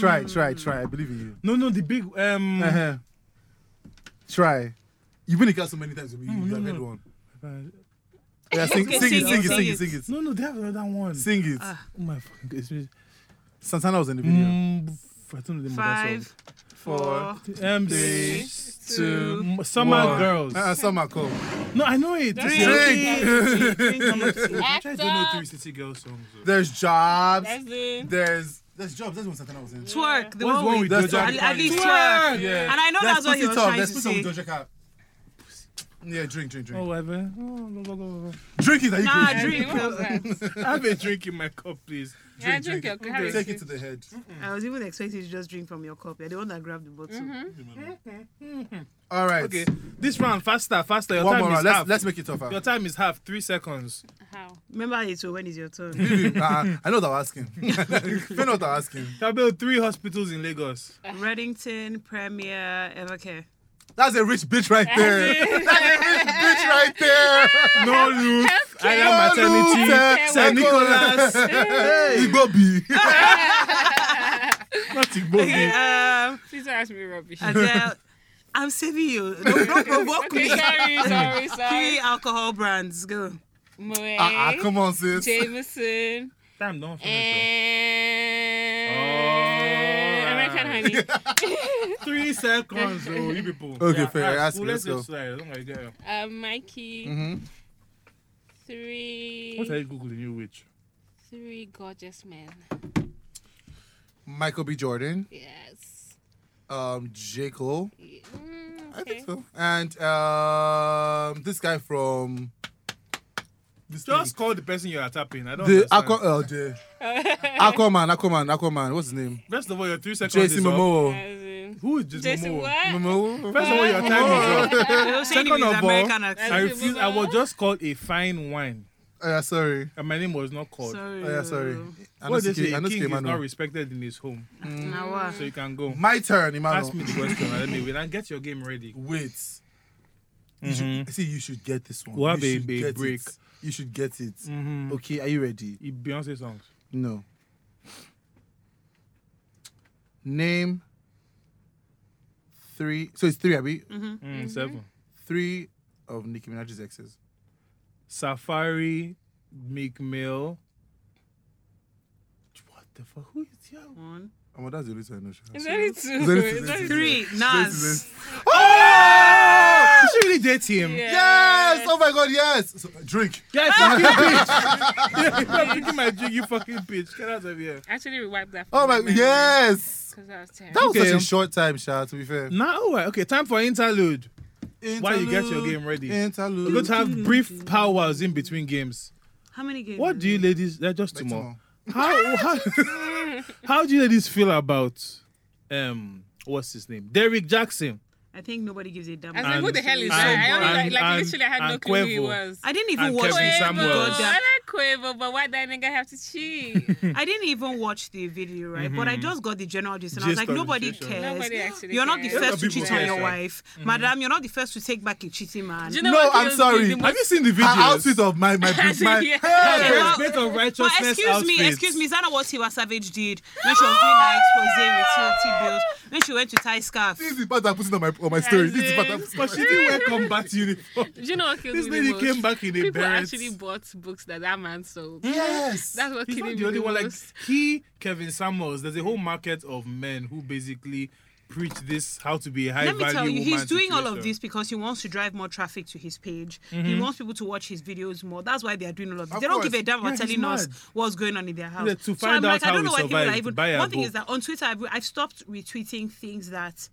Try, try, try. I believe in you.
No, no, the big um.
Uh-huh. Try. You've been in class so many times. You, you have heard one. Yeah, sing, sing,
Okay,
it,
sing
sing,
it,
it,
sing
sing it,
it.
sing it,
No, no, they have another one.
sing it.
Oh my fucking god, it's me.
Santana was in the video.
Mm, f- I don't know the name of that song.
Five, four.
Um,
three,
s-
two,
m- summer
one.
girls.
Uh, Summer call.
no, I know it.
Drink,
Drink.
drink, drink, drink.
I don't know
Act
three
up.
city girls songs. though.
There's jobs.
That's it.
There's there's jobs. That's what Santana was in.
Twerk. The
What's
one
wrong
with
with
That's
Doja
at, at
Cat?
least
Twerk.
twerk.
Yeah.
And I know that's what he was trying to say.
There's Doja Cat. Yeah, drink, drink,
Oh,
drink.
whatever. Oh, go, go, go,
Drink it. Are you
Nah,
crazy?
drink.
What was that?
go. Have a drink in my cup, please.
Yeah, drink your
it.
carrot
Take
juice.
it to the head.
I was even expecting you to just drink from your cup. You're the one that grabbed the bottle.
All right.
Okay, this round faster, faster. Your
One
time
more
is
round.
half.
Let's, let's make it tougher.
Your time is half. Three seconds.
How?
Remember it so when is your turn?
uh, I know they're asking. I know they're asking.
They built three hospitals in Lagos.
Reddington, Premier, Evercare.
That's a rich bitch right there. That's a rich bitch right there.
No roof. I am
No roof, eh,
maternity. St.
welcome.
Nicholas. Hey.
Igbobi.
Not Igbobi.
Um,
Please don't ask me rubbish.
Adele, I'm saving you. Don't, don't provoke me.
Okay, sorry, sorry, sorry.
Three alcohol brands. Go.
Moet,
Ah, ah, come on, sis.
Jameson,
Damn, don't finish.
and
Oh.
American Honey.
though. Three seconds, oh, you people.
Okay, fair.
alright,
Ask
Eh. cool,
me,
Let's
let's
just Oh slide. Don't worry, get her.
Uh, Mikey,
Mhm.
three,
What are you googling, you witch?
three gorgeous men.
Michael B. Jordan,
Yes.
um, J. Cole,
Mm,
I
okay.
think so, and um, this guy from this
Just call the person you're tapping. I don't.
thing. the
understand.
Aqua, uh, the Aquaman, Aquaman, Aquaman. What's his name?
First of all, your three seconds.
Jason
is up.
Momoa.
As in-
Who is Jason,
Jason,
Momoa?
what?
Momoa.
First of all, your time is up.
They were saying it
Second
with
of all,
American accent.
I refuse. I was just called a fine wine,
Oh, yeah, sorry.
and my name was not called.
Sorry.
Oh, yeah, sorry. I know
What they
CK
say,
I
a
know
king
CK
is not
Emmanuel.
respected in his home,
Now what?
so you can go.
My turn, Emmanuel.
Ask me the question. and Let me win and get your game ready.
Wait. You should, see, you should get this one.
Mm-hmm. We'll have
you
a-
should
a
get
break.
It. You should get it.
Mhm.
Okay, are you ready?
Beyonce songs.
No. Name three. So it's three, Abby.
Mm-hmm.
Mm, Seven.
Three of Nicki Minaj's exes.
Safari, Meek Mill. What the fuck? Who is yo?
One,
Oh, well, that's the reason I know she has.
It's only
It's
two.
only two,
It's only two.
Three, Nas.
Oh!
should really date him.
Yeah.
Yes! Oh my god, yes! So, drink.
Yeah, fucking bitch. yeah, you're drinking my drink, you fucking bitch. Get out of here.
Actually, we wiped that.
Oh my, yes!
Because that was terrible.
That was
Okay.
such a short time, Sha, to be fair.
Now, alright, oh, okay, time for interlude. While you get your
Interlude,
game ready. We're going
Interlude.
to have brief powers in between games.
How many games?
What do you ladies, uh, just two
Like
more. How, how, how do you ladies feel about, um, what's his name? Derrick Jackson.
I think nobody gives a damn.
I was like, who the hell is
and-
that? I
and-
only like, like
and-
literally I had no
and
clue who he
Quavo.
was.
I didn't even
And
watch
Kevin
the
Samuels.
goddamn.
I like Quavo, but why that nigga have to cheat?
I didn't even watch the video, right? But I just got the general gist, and I was
Mm-hmm. Gist
like,
of the
nobody
situation.
cares.
Nobody actually
you're not the
cares.
first to
People
cheat
care, Mm-hmm. sir.
on your wife, madam. You're not the first to take back a cheating man.
Do you know
No,
what
I'm
feels
sorry.
the most-
Have you seen the
An
videos?
outfit of my, my, my,
Yeah.
Okay,
Well,
well-
Respect of
but
righteousness
excuse me,
outfits.
excuse me, is that not what Tiwa Savage did when she was doing her expose with utility bills? When she went to tie scarf?
This is the part I'm putting on my, on my story. This is the part I'm putting on
But she didn't wear combat uniform.
Do you know what kills
This
me the
lady
most?
came back in a
People
beret.
actually bought books that that man sold.
Yes!
That's what
He's
kills me
not the only one. Like
most.
he, Kevin Samuels. There's a whole market of men who basically preach this how to be a high
Let me
value
tell you,
woman
he's doing all of
situation. Mm-hmm.
this because he wants to drive more traffic to his page. He wants people to watch his videos more. That's why they are doing all of this.
Of
they don't
course.
give a damn about
Yeah, he's
telling us
mad.
what's going on in their house.
Yeah, to find out how we survived, buy a
One thing is
book.
that on Twitter, I've, I've stopped retweeting things that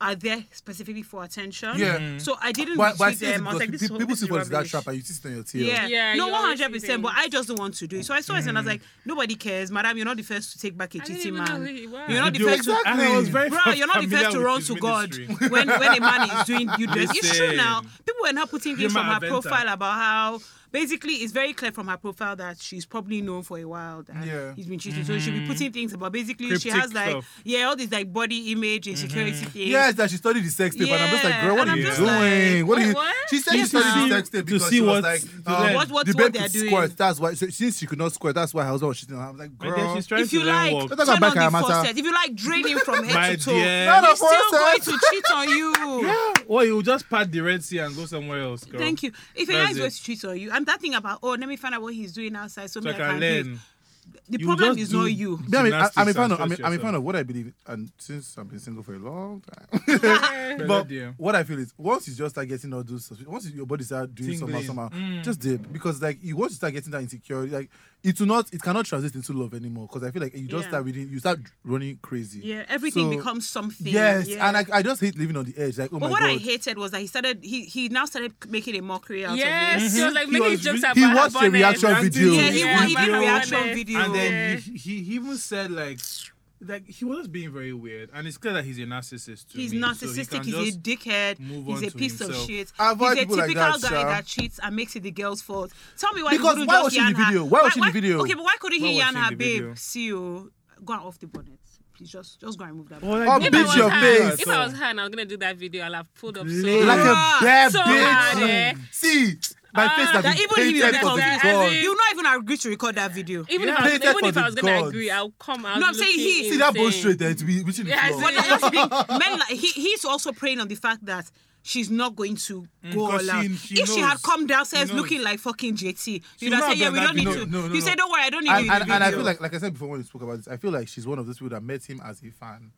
are there specifically for attention.
Yeah. Mhm.
So I didn't
But, but I
retweet
see it
them. I was
because
like, this is
people, people
this
see
is
what is that
rubbish.
trap and you sit on your tail.
Yeah.
Yeah,
no,
you
one
always see
hundred percent.
them.
But I just don't want to do it. So I saw it and I
Mm.
was like, nobody cares, madam. You're not the first to take back a
I didn't
cheating
even know who
man.
he was.
You're not the
Yo,
first to
And I was very
Bro, you're not the
familiar
first to
with
run
his
to God
ministry.
when, when a man is doing you dirty. It's true
Listen.
now. People were now putting things
Yema
from her
Aventa.
profile about how basically it's very clear from her profile that she's probably known for a while that
Yeah.
he's been cheating. So she'll be putting things about basically she
Mm-hmm. Cryptic
has like
stuff. Mm-hmm.
yeah, all these like body image and security things.
Yes, that she studied the sex tape, and I'm just like, girl, what
Yeah,
are you
and
doing?
I'm just like,
what are you?
wait, what?
She said
Yes,
she studied
ma'am.
the sex tape
To
because
see
she was
what-
like,
to
um,
learn.
What- what-
the
what
babe
they are
could
doing.
squirt. That's why. So, since she could not squirt, that's why her husband was cheating on her. I was like,
And then
girl,
she's trying
If
to
you
learn
like,
work.
That's not
turn on
back
the
her matter.
faucet. If you like, drain him from
My
head to toe.
dear.
Not a
He's still going
faucet.
to cheat on you.
Well, you just part the Red Sea and go somewhere else, girl.
Thank you. If a
That's
guy is
it.
going to cheat on you, and that thing about oh, let me find out what he's doing outside, so,
So I
me I can
can
leave.
learn.
The
You
problem
just
is
do-
not you.
Yeah, I mean, I,
gymnastics
I'm a
and
fan of I'm a,
stretch
I'm a fan
yourself.
of what I believe, in, and since I've been single for a long time,
Better
but
deal.
what I feel is once you just start getting all those, stuff- once your body start doing somehow
Tingling.
somehow,
Mm.
just dip because like you once you start getting that insecurity, like it will not, it cannot translate into love anymore because I feel like you just
Yeah.
start reading, you start running crazy.
Yeah, everything
So-
becomes something.
Yes,
yeah.
and I, I just hate living on the edge. Like, oh
But
my
what
god.
I hated was that he started. He he now started making a mockery out
Yes,
of it.
she was like
He
making
was
jokes
re-
about
he
her
watched the
bonnet.
reaction
Yeah,
video.
Yeah, he,
Yeah,
wa- he did
yeah.
a reaction
And
video.
And
Yeah.
then he, he, he even said like like he was very weird, and it's clear that he's a narcissist. To
He's
me,
narcissistic.
So he can
he's a
just,
dickhead.
move
He's
on
a
to
piece of
himself.
shit.
I've
he's
heard
a
people
typical
like that,
guy
Sha.
that cheats and makes it the girl's fault. Tell me why
Because
he couldn't
why was
just
she in the
yan her-
video? Why was she in the video?
Okay, but why couldn't
Why
he
was
yan
she in
her,
the video?
babe? See you. Go and off the bonnet. Please just just go and move that.
Oh,
bonnet.
like,
Oh,
If
no,
I
Bitch,
was
your
her,
face.
If I was her and I was gonna do that video, I'll have pulled up so
like
Yeah.
a bad
So
bitch.
hard, eh?
See, my
Ah,
face has
that
been
even if you
painted for
record
the
that,
god.
as in-
You not even agree to record that video.
Even if
Yeah.
I was,
Hated
even
for
if
the
I was gonna
gods.
agree, I'll come out.
No, I'm saying
looking
he-
See that bone
insane.
straight there, it be reaching the
Yeah,
floor.
I
But that's the thing. Men like he, he's also preying on the fact that she's not going to go all
she-
out.
Mm, she
if she had
knows.
come downstairs
She knows.
looking like fucking JT,
would
you'd have
not
said, "Yeah,
have
we
done that
don't need
video.
to."
No, no,
you
no.
said, "Don't worry, I don't need
and,
you." in
and,
the
and I
video."
feel like, like I said before when we spoke about this, I feel like she's one of those people that met him as a fan.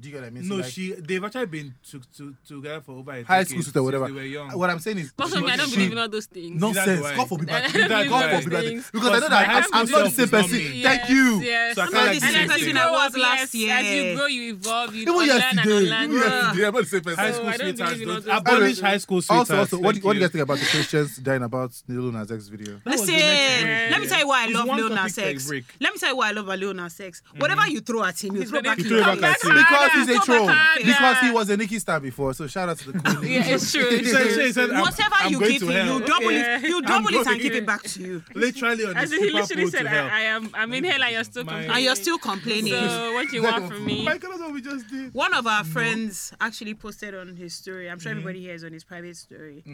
Do you get what I mean? So,
no,
like,
she they've actually been to, to, together for over a
high
decade
school
since
sister, whatever.
They were young.
What I'm saying is,
Most of me, I don't
she-
believe in all those things.
nonsense.
why.
God forbid
I
that.
don't believe
God
in
forbid
those
that.
things.
Because I know
Because
that
my
I'm,
high
I'm
school
not the same
self is
person.
not me.
Thank you.
Yes.
So I can't, like,
yes. and
say
as you
anything.
grow
I was
up, yes,
last
As you
year.
grow, you evolve, you
Even
learn and
yesterday,
unlearn.
even yesterday, I'm not the same person.
High school
I don't
sweethearts.
believe in all
don't-
those
Abolish
things.
high school sweethearts.
Also, also, what, do-
thank
what do you guys think about the Christians dying about Lil Nas X video?
That was
Listen,
the next break,
let me
yeah.
tell you why I
It's
love
one
Lil
topic
Nas
per
X.
break. Mm-hmm.
Let me tell you why I love Lil Nas X. Whatever you throw at him, you throw
gonna
back.
keep
in.
throwing back at him.
Because he's a
Come
troll.
back at him.
Because he was a Nicki star before. So shout out to the queen.
Yeah, it's true.
He said- he said- he
It's true.
said, I'm-
Whatever
I'm
you
going
give
to
him,
hell.
you double
Yeah.
it. You
I'm
double it
going
and give
to
it back to you,
Literally on the
As in, he
super
literally
pole
said,
to
I,
hell.
I am, I'm in hell and you're still
My-
complaining.
and you're still complaining.
So what you want from me?
My God, that's what we just did.
One of our friends actually posted on his story. I'm
Mm-hmm.
sure everybody here is on his private story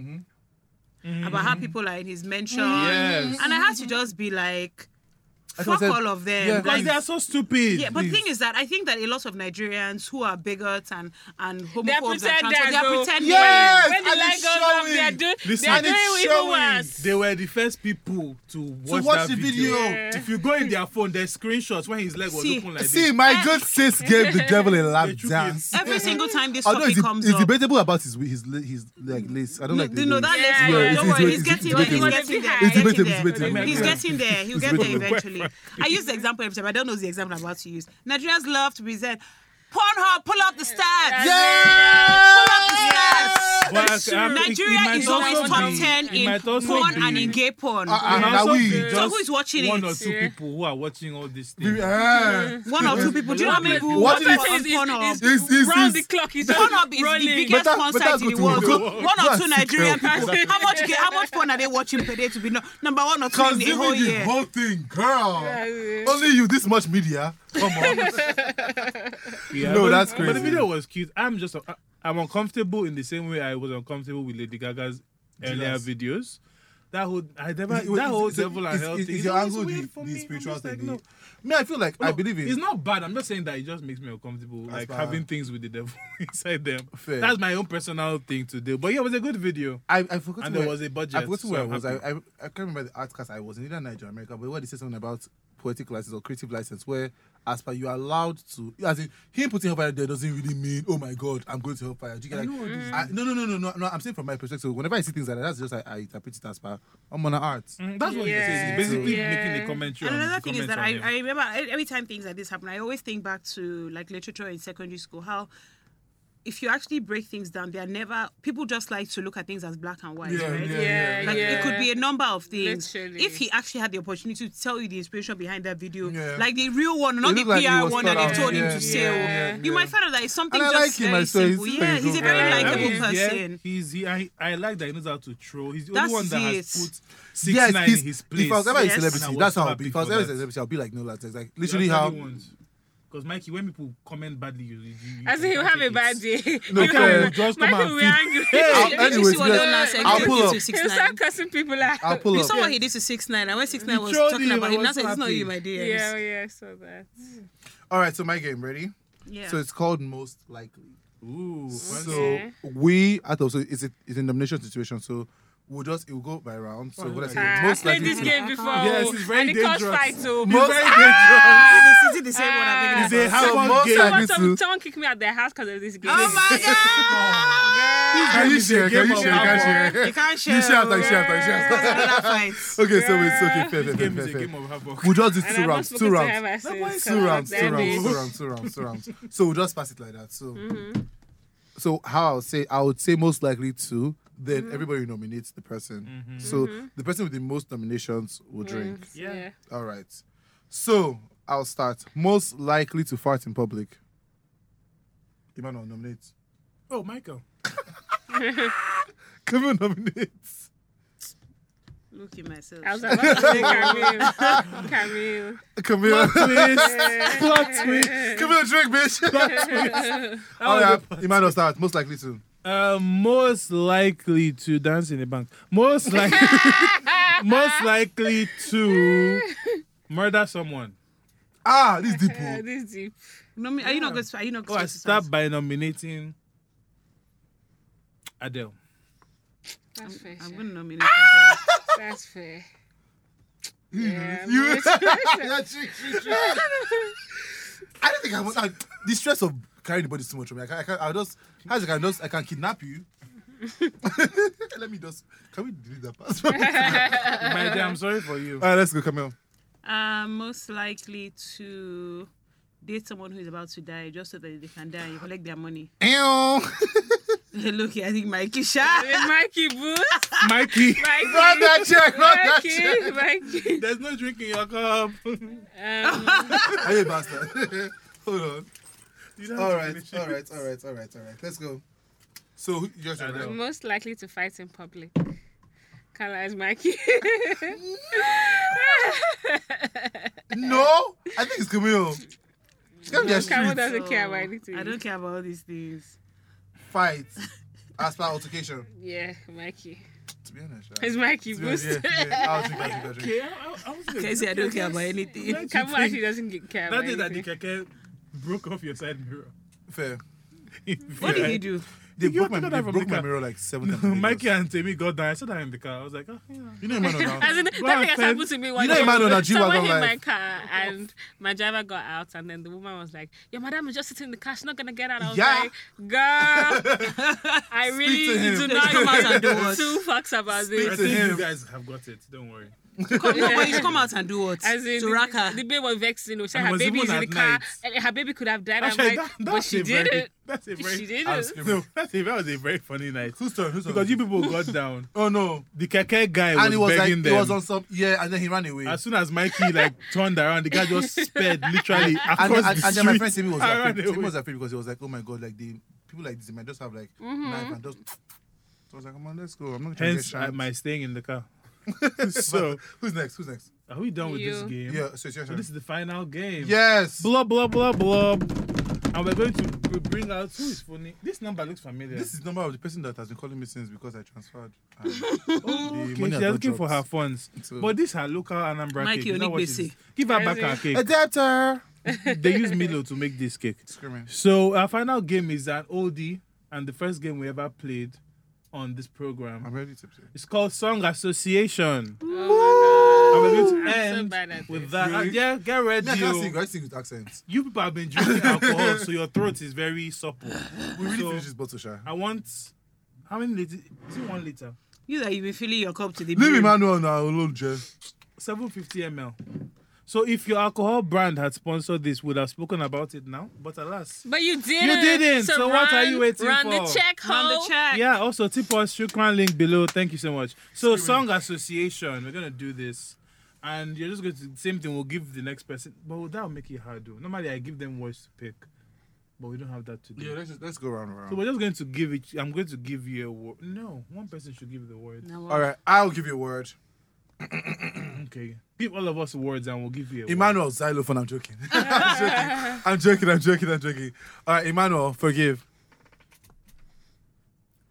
about how people are in his mention.
Mm-hmm. Yes.
And I had to just be like,
thought
Fuck
I said-
all of them.
Yeah.
Because
Like,
they are so stupid.
yeah, but the
please.
thing is that I think that a lot of Nigerians who are bigots and and
They're
homophobes and
pretending.
transphobes, they're pretending.
Yes!
When the
and
light
it's
goes off, they're
showing.
doing.
Listen,
They're
and it's
doing even
showing.
worse.
They were the first people to watch,
watch
that
the video.
Yeah.
If you go in their phone, there's screenshots when his leg was
See,
open like
See,
this.
Ah.
my good sis gave the devil a lap
They took it.
dance.
Every single time this
Although
topic
it's,
comes
it's
up,
debatable about his his his like lace. I don't
No,
like
no,
the
that
lace.
lace.
Yeah, yeah,
don't
it's-
worry,
it's-
he's getting
it's
there. He's
debatable.
getting there.
It's
He's getting
debatable,
there.
it's debatable.
He's
Yeah.
getting there. He'll get there eventually. I use the example every time. I don't know the example I'm about to use. Nigerians love to present. Pornhub, pull up the stats.
Yeah.
But I- I- it- it
Nigeria
might
is always
also
top
be-
ten
it
in
might also
porn
be-
and in gay porn.
Uh-uh.
it
And
might also
are we-
be
So
just
who is watching
one
it?
or two
Yeah.
people who are watching all these things.
Yeah.
One or two people. Do you know how many people
What
watch
is-
on Pornhub?
is- is-
round
is-
the clock. It's just
Pornhub is
rolling.
the biggest
Better-
porn
better
site
go
in the
to
world.
Google.
One
Go
or
and
two
seek
Nigerian
help.
people. How much gay- how much porn are they watching per day to be no, number one or two in the whole
Consuming the
year?
whole thing, girl.
yeah.
Only you, this much media. Come on.
Yeah,
No,
but-
that's
But the
crazy.
video was cute. I'm just, I- I'm uncomfortable in the same way I was uncomfortable with Lady Gaga's earlier
Judas.
videos. That whole, I never,
Is-
that whole
is-
devil and
is-
hell
is-
thing.
Is
it
your
was
angle
weird
the,
for
the
me. I'm
spiritual
just like,
thing?
no.
Me, I feel like I
No,
believe in.
It's not bad. I'm just saying that it just makes me uncomfortable, like
bad.
having things with the devil inside them.
Fair.
That's my own personal thing to do. But yeah, it was a good video.
I, I forgot
And
where,
there was a budget,
I forgot
so
where I
I'm
was. I,
happy.
I, I can't remember the art class I was in, either Nigeria or America, but where they said something about poetic license or creative license, where as per you are allowed to, as in him putting hellfire there doesn't really mean, oh my god, I'm going to hellfire. Do you get like, I, no, no, no, no, no, no, I'm saying from my perspective, whenever I see things like that, that's just I, I interpret it as per I'm on art.
Mm, That's what
Yeah.
it is. It's basically
Yeah.
making a commentary.
And
on
another
the
thing is that
comments on
I, I
him.
remember e- every time things like this happen, I always think back to like literature in secondary school, how if you actually break things down, they are never people just like to look at things as black and white, right?
Yeah,
Like
yeah.
it could be a number of things.
Literally.
If he actually had the opportunity to tell you the inspiration behind that video,
Yeah.
like the real one, not the
looked
PR
like he was
one that
thought
they've
out.
told
Yeah,
him to
yeah,
say, oh,
yeah,
you might find out that it's something
And I
just
like him, I
very
saw his
simple. Yeah,
face
he's a
on-
very
Yeah.
likable
Yeah,
person.
he's he, I, I like that he knows how to throw. He's the
That's
only one that
it.
has put six nine in his place.
If I was ever
Yes.
a
And I
celebrity,
was
that's
so
how I'll
happy
be. If I was
for
ever a
that.
celebrity, I'll be like no latex. Like literally how.
Because Mikey, when people comment badly, you, you, you
As if you
can't
have a
take
bad
it.
day.
No,
You
come
have-
on, just come
Michael
and
will
feed-
angry.
I'll-
Did you
Uh, anyways,
see what
yeah,
Lil Nas X
I'll
did
pull
to
up.
He'll
6ix9ine?
start cussing people
I'll
out.
pull
You
up.
saw what he did to Six Nine, and when Six Nine was
trolled
talking
him,
about
I
it,
was
now
so
said it's not
happy."
you, my dear.
Yeah, oh yeah, I saw that.
All right, so my game ready.
Yeah.
So it's called most likely.
Ooh,
So
Okay.
we at also it's a it's a nomination situation. So we'll just it will go by round. So what I say
Ah,
most
I played
likely.
this game before.
Yes, it's very
and it caused
dangerous.
fight too.
Most
Is it the same one I'm
it's
thinking about?
Ah.
a hard
so
one
most
game.
likely
Someone,
to.
someone kicked me out their house because of this game.
Oh my god!
Can you
It's a
share? Can
game
you
of
share? Can you
You
share?
can't share.
You share after you share after you
That's
share.
another fight.
Okay, so it's okay. Fair, fair,
This
fair,
game is a
fair,
game
fair.
of havoc.
We'll just do two
And I've not
rounds.
spoken
Two
to
rounds.
her ever since.
Two rounds, two
Damn
rounds,
it.
two rounds, two rounds, two rounds. So we'll just pass it like that. So,
Mm-hmm.
so how I would say, I would say most likely to. Then
Mm-hmm.
everybody nominates the person. So the person with the most nominations will drink.
Yeah.
All right. So I'll start. Most likely to fart in public. Emmanuel nominates.
Oh, Michael.
Come on, nominates.
Look at myself.
I was about to say Camille. Camille.
Come here.
Twist. Plot twist.
Come here, drink, bitch. All right. Emmanuel start. Most likely to.
Uh, most likely to dance in a bank. Most likely, most likely to murder someone.
Ah, this deep.
Uh,
oh.
this deep.
No, me- are you not going to? Are you not
Oh,
going
I
to?
start by nominating Adele.
That's fair.
I'm
sure.
going to nominate.
Ah!
Adele.
That's fair. Yeah,
You-
I'm gonna-
Yeah, drink, drink, drink. I don't think I want. Like, the stress of carrying the body is too much for me. I can I can I'll just. How's I can just. I can kidnap you. Let me just. Can we delete that part? All
My dear, I'm sorry for you.
right, let's go, Camille.
Uh, most likely to date someone who is about to die, just so that they can die and you collect their money.
Ew.
Look, here, I think Mikey Sha.
With Mikey Boots.
Mikey,
Run
Mikey.
that check. Run that check.
Mikey. Mikey.
there's no drink in your cup.
Um,
Are you a bastard? Hold on.
You don't have
All
to
right,
finish it.
all right, all right, all right, all right. Let's go. So who- yours are
Adele.
right.
most likely to fight in public. Kala is Mikey.
No, I think it's Camille. She can't be a
Camille
street
doesn't care about
So,
anything.
I don't care about all these things.
fight. As per altercation.
Yeah, Mikey.
to be honest, yeah. Ah,
His mic you
To be honest,
boosted.
yeah, yeah. I was drinking, I was drinking,
Okay, I, I, I was gonna-
Casey, I don't care about anything.
Kamu actually doesn't get care
That
about
day that the
anything.
keke broke off your side mirror.
Fair.
What did you do?
They
You
broke my,
took it
they
out from
broke
the
my
car.
mirror like seven times.
No,
in Lagos.
Mikey and Timmy got down. I saw that in the car. I was like, oh, yeah.
You know a man on ground.
As in,
Go on,
that thing has
Fred.
happened to me one
You know a man on a G-Wagon
Someone hit my
life.
car and my driver got out and then the woman was like, Your madam is just sitting in the car, she's not gonna get out. I was
Yeah.
like, Girl, I
to
really
him.
do
Just
not
come out and do
give
what?
two fucks about
Speak to
I
this.
think
him.
you guys have got it. Don't worry.
Come, no, but you should come out and do what?
As in,
to rack her.
the, the babe was vexed, you know, she,
And it
her
was
baby
even
is in the
at
car,
night.
and her baby could have died. I'm
Actually,
like,
that-
but
that's
she
a
did
very-
it.
That's a very.
She did
I
it.
was screaming.
No, that's a, that was a very funny night.
Whose turn? Whose turn?
Because you people got down.
oh no!
The keke guy was,
And it was like
begging
it
them.
was on some yeah, and then he ran away.
As soon as Mikey like turned around, the guy just sped literally across
and,
the
and, and then my
street.
friend Timmy was
I ran
happy. Timmy
away.
was happy because he was like, "Oh my god, like the people like this, they might just have like knife and just." So I was like, "Come on, let's go." I'm not trying
Hence
to get
I-
shot.
my staying in the car.
so
so
who's next? Who's next?
are we done with this
You.
game?
Yeah, so it's your
So
turn.
this is the final game.
Yes.
Blub blub blub blub. And we're going to b- bring out who is funny. This number looks familiar.
This is the number of the person that has been calling me since because I transferred. and the
okay,
money
she's
has not
looking for her
dropped.
funds.
So-
But this her local Anambra
Mikey
cake. is that what it
Onigbesi.
is? Give her back
Is it?
her cake.
Adapter.
they use Milo to make this cake.
Screaming.
So our final game is an oldie and the first game we ever played on this program.
I'm ready to play.
It's called Song Association.
Oh
And we're
my
going
God.
to
I'm so
end
bad at
with
this.
that. Uh,
Really?
Yeah, get ready.
Yeah, I can't
oh.
sing. I sing with accents.
You people have been drinking alcohol, so your throat is very supple.
We really
So-
finish this bottle, Sha.
I want how many liters? Is it one liter?
You that you've been filling your cup to the
Leave
brim.
Emmanuel now alone, Jeff.
750 ml. So if your alcohol brand had sponsored this, would have spoken about it now. But alas.
But you didn't.
didn't, so what are you waiting
run Run the
for?
check,
Round
ho.
the check.
Yeah, also tip us Shukran link below. Thank you so much. So Song Association, we're gonna do this. And you're just going to same thing, we'll give the next person. But that'll make it hard though. Normally I give them words to pick. But we don't have that today.
Yeah, let's just, let's go round and round.
So we're just going to give it. I'm going to give you a word. No, one person should give the word.
Now what?
All right, I'll give you a word.
Okay, give all of us words and we'll give you. A
Emmanuel, xylophone. I'm joking. I'm joking. I'm joking. I'm joking. I'm joking. All right, Emmanuel, forgive.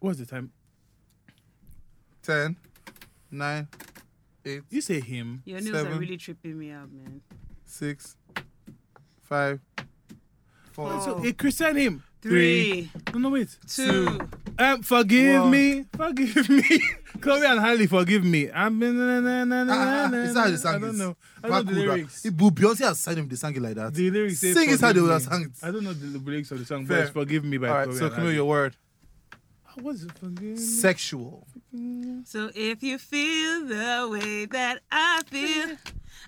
Word. What's the time?
Ten, nine, eight,
You say him.
Your nails
Seven.
are really tripping me out, man.
six, five, four.
So a Christian him.
Three,
No, no, wait.
two.
Um, forgive
One.
me, forgive me. Chloe and Harley, forgive me. I'm.
Ah, ah, ah, is that how they sang
I don't
it?
know. I don't know the
Bakura.
lyrics.
It- Bu- Beyonce has signed him the song like that.
The lyrics say
Sing is how they
forgive
would
me.
have sung it.
I don't know the lyrics of the song,
Fair.
but it's forgive me by
All right,
Chloe
so
and
Camille,
Harley.
your word.
What's it? Forgive me.
Sexual.
So if you feel the way that I feel,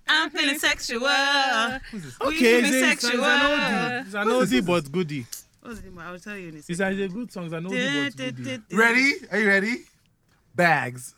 I'm feeling sexual. We
Okay,
should
it's,
be
a- it's,
sexual.
an oldie. It's an oldie but goodie.
What's the name? I'll tell you in a
It's
second.
a, it's a good song. It's an oldie but goodie.
Ready? Are you ready? Bags.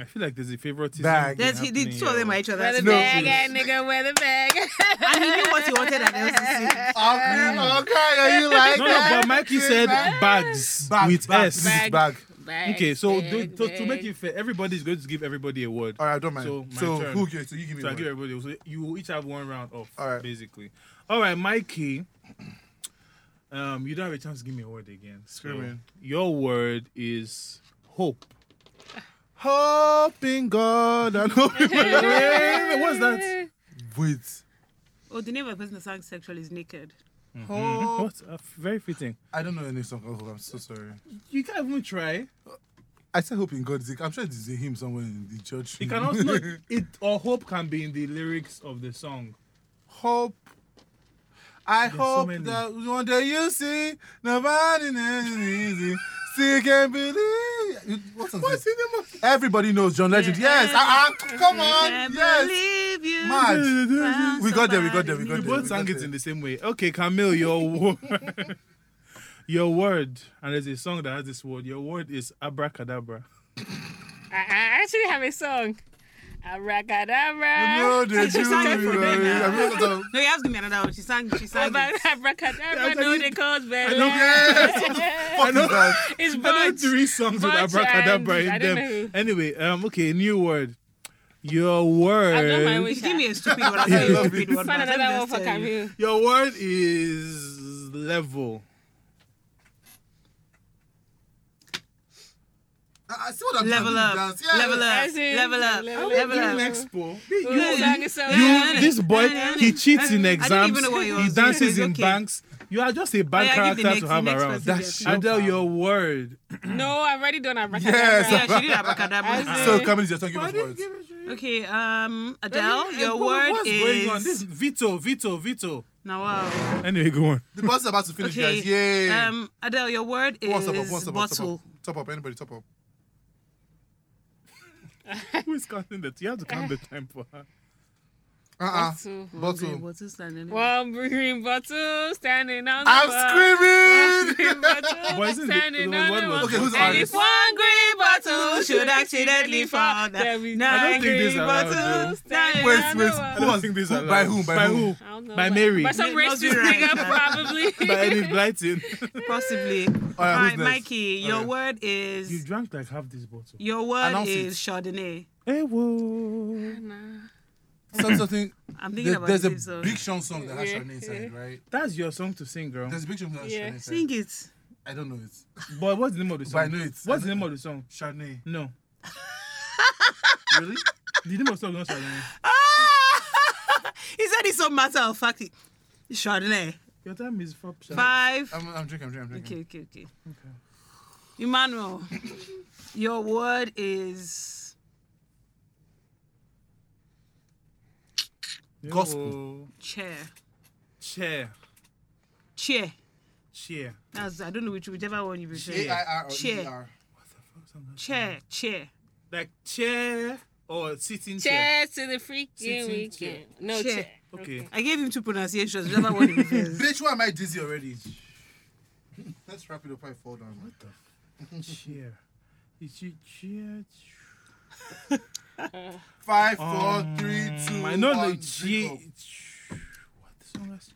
I feel like there's a favoritism.
Bag.
That's he did two of them are each
Where
other.
the
No,
bag
please.
at, nigga? Where the bag at?
And he knew what he wanted and else to see.
Um, Okay, okay, are you like
No, no, but Mikey said bags
Bag,
with
bag,
S.
this is
Bag.
bag.
Bag,
Okay, so
bag,
do, to, to make
bag.
it fair, everybody's going to give everybody a word.
All right, don't mind.
So,
So,
my turn.
who gives? So you give me
So I
one.
give everybody. So you will each have one round off,
All right.
basically. All right, Mikey. Um, you don't have a chance to give me a word again. So
Screaming.
your word is hope.
Hope in God and hope in
Wait, wait, wait, wait, What's that?
Wait.
Oh, the name of the person that sang sexual is naked.
Mm-hmm.
Hope.
What? Uh, very fitting.
I don't know any song called Hope. I'm so sorry.
You can't even try.
I said Hope in God. Zeke. I'm sure it's a hymn somewhere in the church.
It can also not, it or hope can be in the lyrics of the song.
hope. I
There's so
hope
many.
that one day you see nobody is easy. Still can believe. What's, What's the name of Everybody knows John Legend.
Yeah.
Yes. Uh-uh. Come on.
Can't
Yes.
believe you.
Mad.
found
We got there, we got there, we got
somebody
You
new.
there.
both sang it in the same way. Okay, Camille, your word. your word. And there's a song that has this word. Your word is abracadabra.
I, Uh-huh, I actually have a song. Abracadabra.
No, they
She sang it for them now.
I mean, so-
No, you have to give me another one. She sang. She
Oh,
sang.
but
it.
Abracadabra, no, they
Fuck
cause
is that?
It's
I know
bad.
three songs with
Bunch
abracadabra
and- I
in
don't
them.
know.
Anyway, um, okay, new word. Your
I've done my
word.
wish.
Give me a stupid one. I'll tell you a stupid one.
Find
but let me
another one
just
for
tell you.
Camille.
Your word is level.
I, I see what I'm
Level
doing.
up.
Dance. Yeah,
Level up.
As in-
Level up.
Level
Level
During
up.
expo,
You sang it so
you,
well.
this boy, he cheats in
I
exams,
didn't even know what he
he
was
dances
doing.
in
It's okay. Oh,
banks. You are just a bad
yeah, give
character
the next-
to have
the next
around.
person That's
I tell your word.
No, I've already done abracadabra.
Yes.
Yeah, she did abracadabra.
As
So,
in-
Camille, you're talking about words.
Okay, um, Adele, your
What-
word
What's
is
going on? This Vito, Vito, Vito.
now. Wow.
Anyway, go on.
The bus is about to finish,
Okay.
guys. Yay.
Um, Adele, your word is
what's up, up, what's up, up, top
bottle.
up? Top up, anybody, top up.
Who is counting that? You have to count the time for her.
Uh-uh.
Bottle.
Green
Bottle.
bottle standing.
One green bottle standing on the bar.
I'm screaming!
One green
But
bottle
isn't the-
standing
the
on
one
the
was-
bar.
Okay, who's
And
artist?
if one green bottle should accidentally
accidentally
fall
fall
down,
down.
I
nine
don't think this
green
is allowed, though.
bottles standing
Wait,
on the
wait.
bar.
I don't think this
By
allowed.
whom? By
By
whom?
who?
I don't know.
By Mary.
By some
Not
racist
you, right?
nigga, probably.
By Enid Blyton.
Possibly.
All right, who's
Alright,
next?
Mikey, your
Okay.
word
You
is
drank like half this bottle.
your word
Announce it.
is Chardonnay.
Hey, Eh, whoa.
Nah.
Some something.
I'm thinking
There,
about
there's a
this. so-
Big Sean song that has
Yeah,
Shanae inside, it, right?
That's your song to sing, girl.
There's a Big Sean that has
Yeah.
Shanae inside.
Sing it.
it. I don't know it.
But what's the name of the
But I
song?
know it.
What's
I
the
know
name
it.
of the song?
Shanae.
No.
Really?
The name of the song is not Chardonnay.
Ah! he said it's so matter of fact. Chardonnay.
Your time is up. Shanae.
Five.
I'm, I'm drinking, I'm drinking, I'm drinking.
Okay, okay, okay. Emmanuel, your word is
Gospel.
chair.
Chair.
Chair.
Chair.
That's I don't know which whichever one you prefer.
A-I-R or
Chair.
E-R.
Chair, chair.
Like chair or sitting chair.
Cheers to the freaking
Sitting
weekend.
chair.
No,
Chair.
chair.
Okay.
I gave him two pronunciations, whichever one he prefers.
Bitch, why am I dizzy already? Let's wrap it up and fall down. What the
Chair. Is she chair?
Five, four, three, two.
Um, I know the
one,
chair.
drink up.
What song has?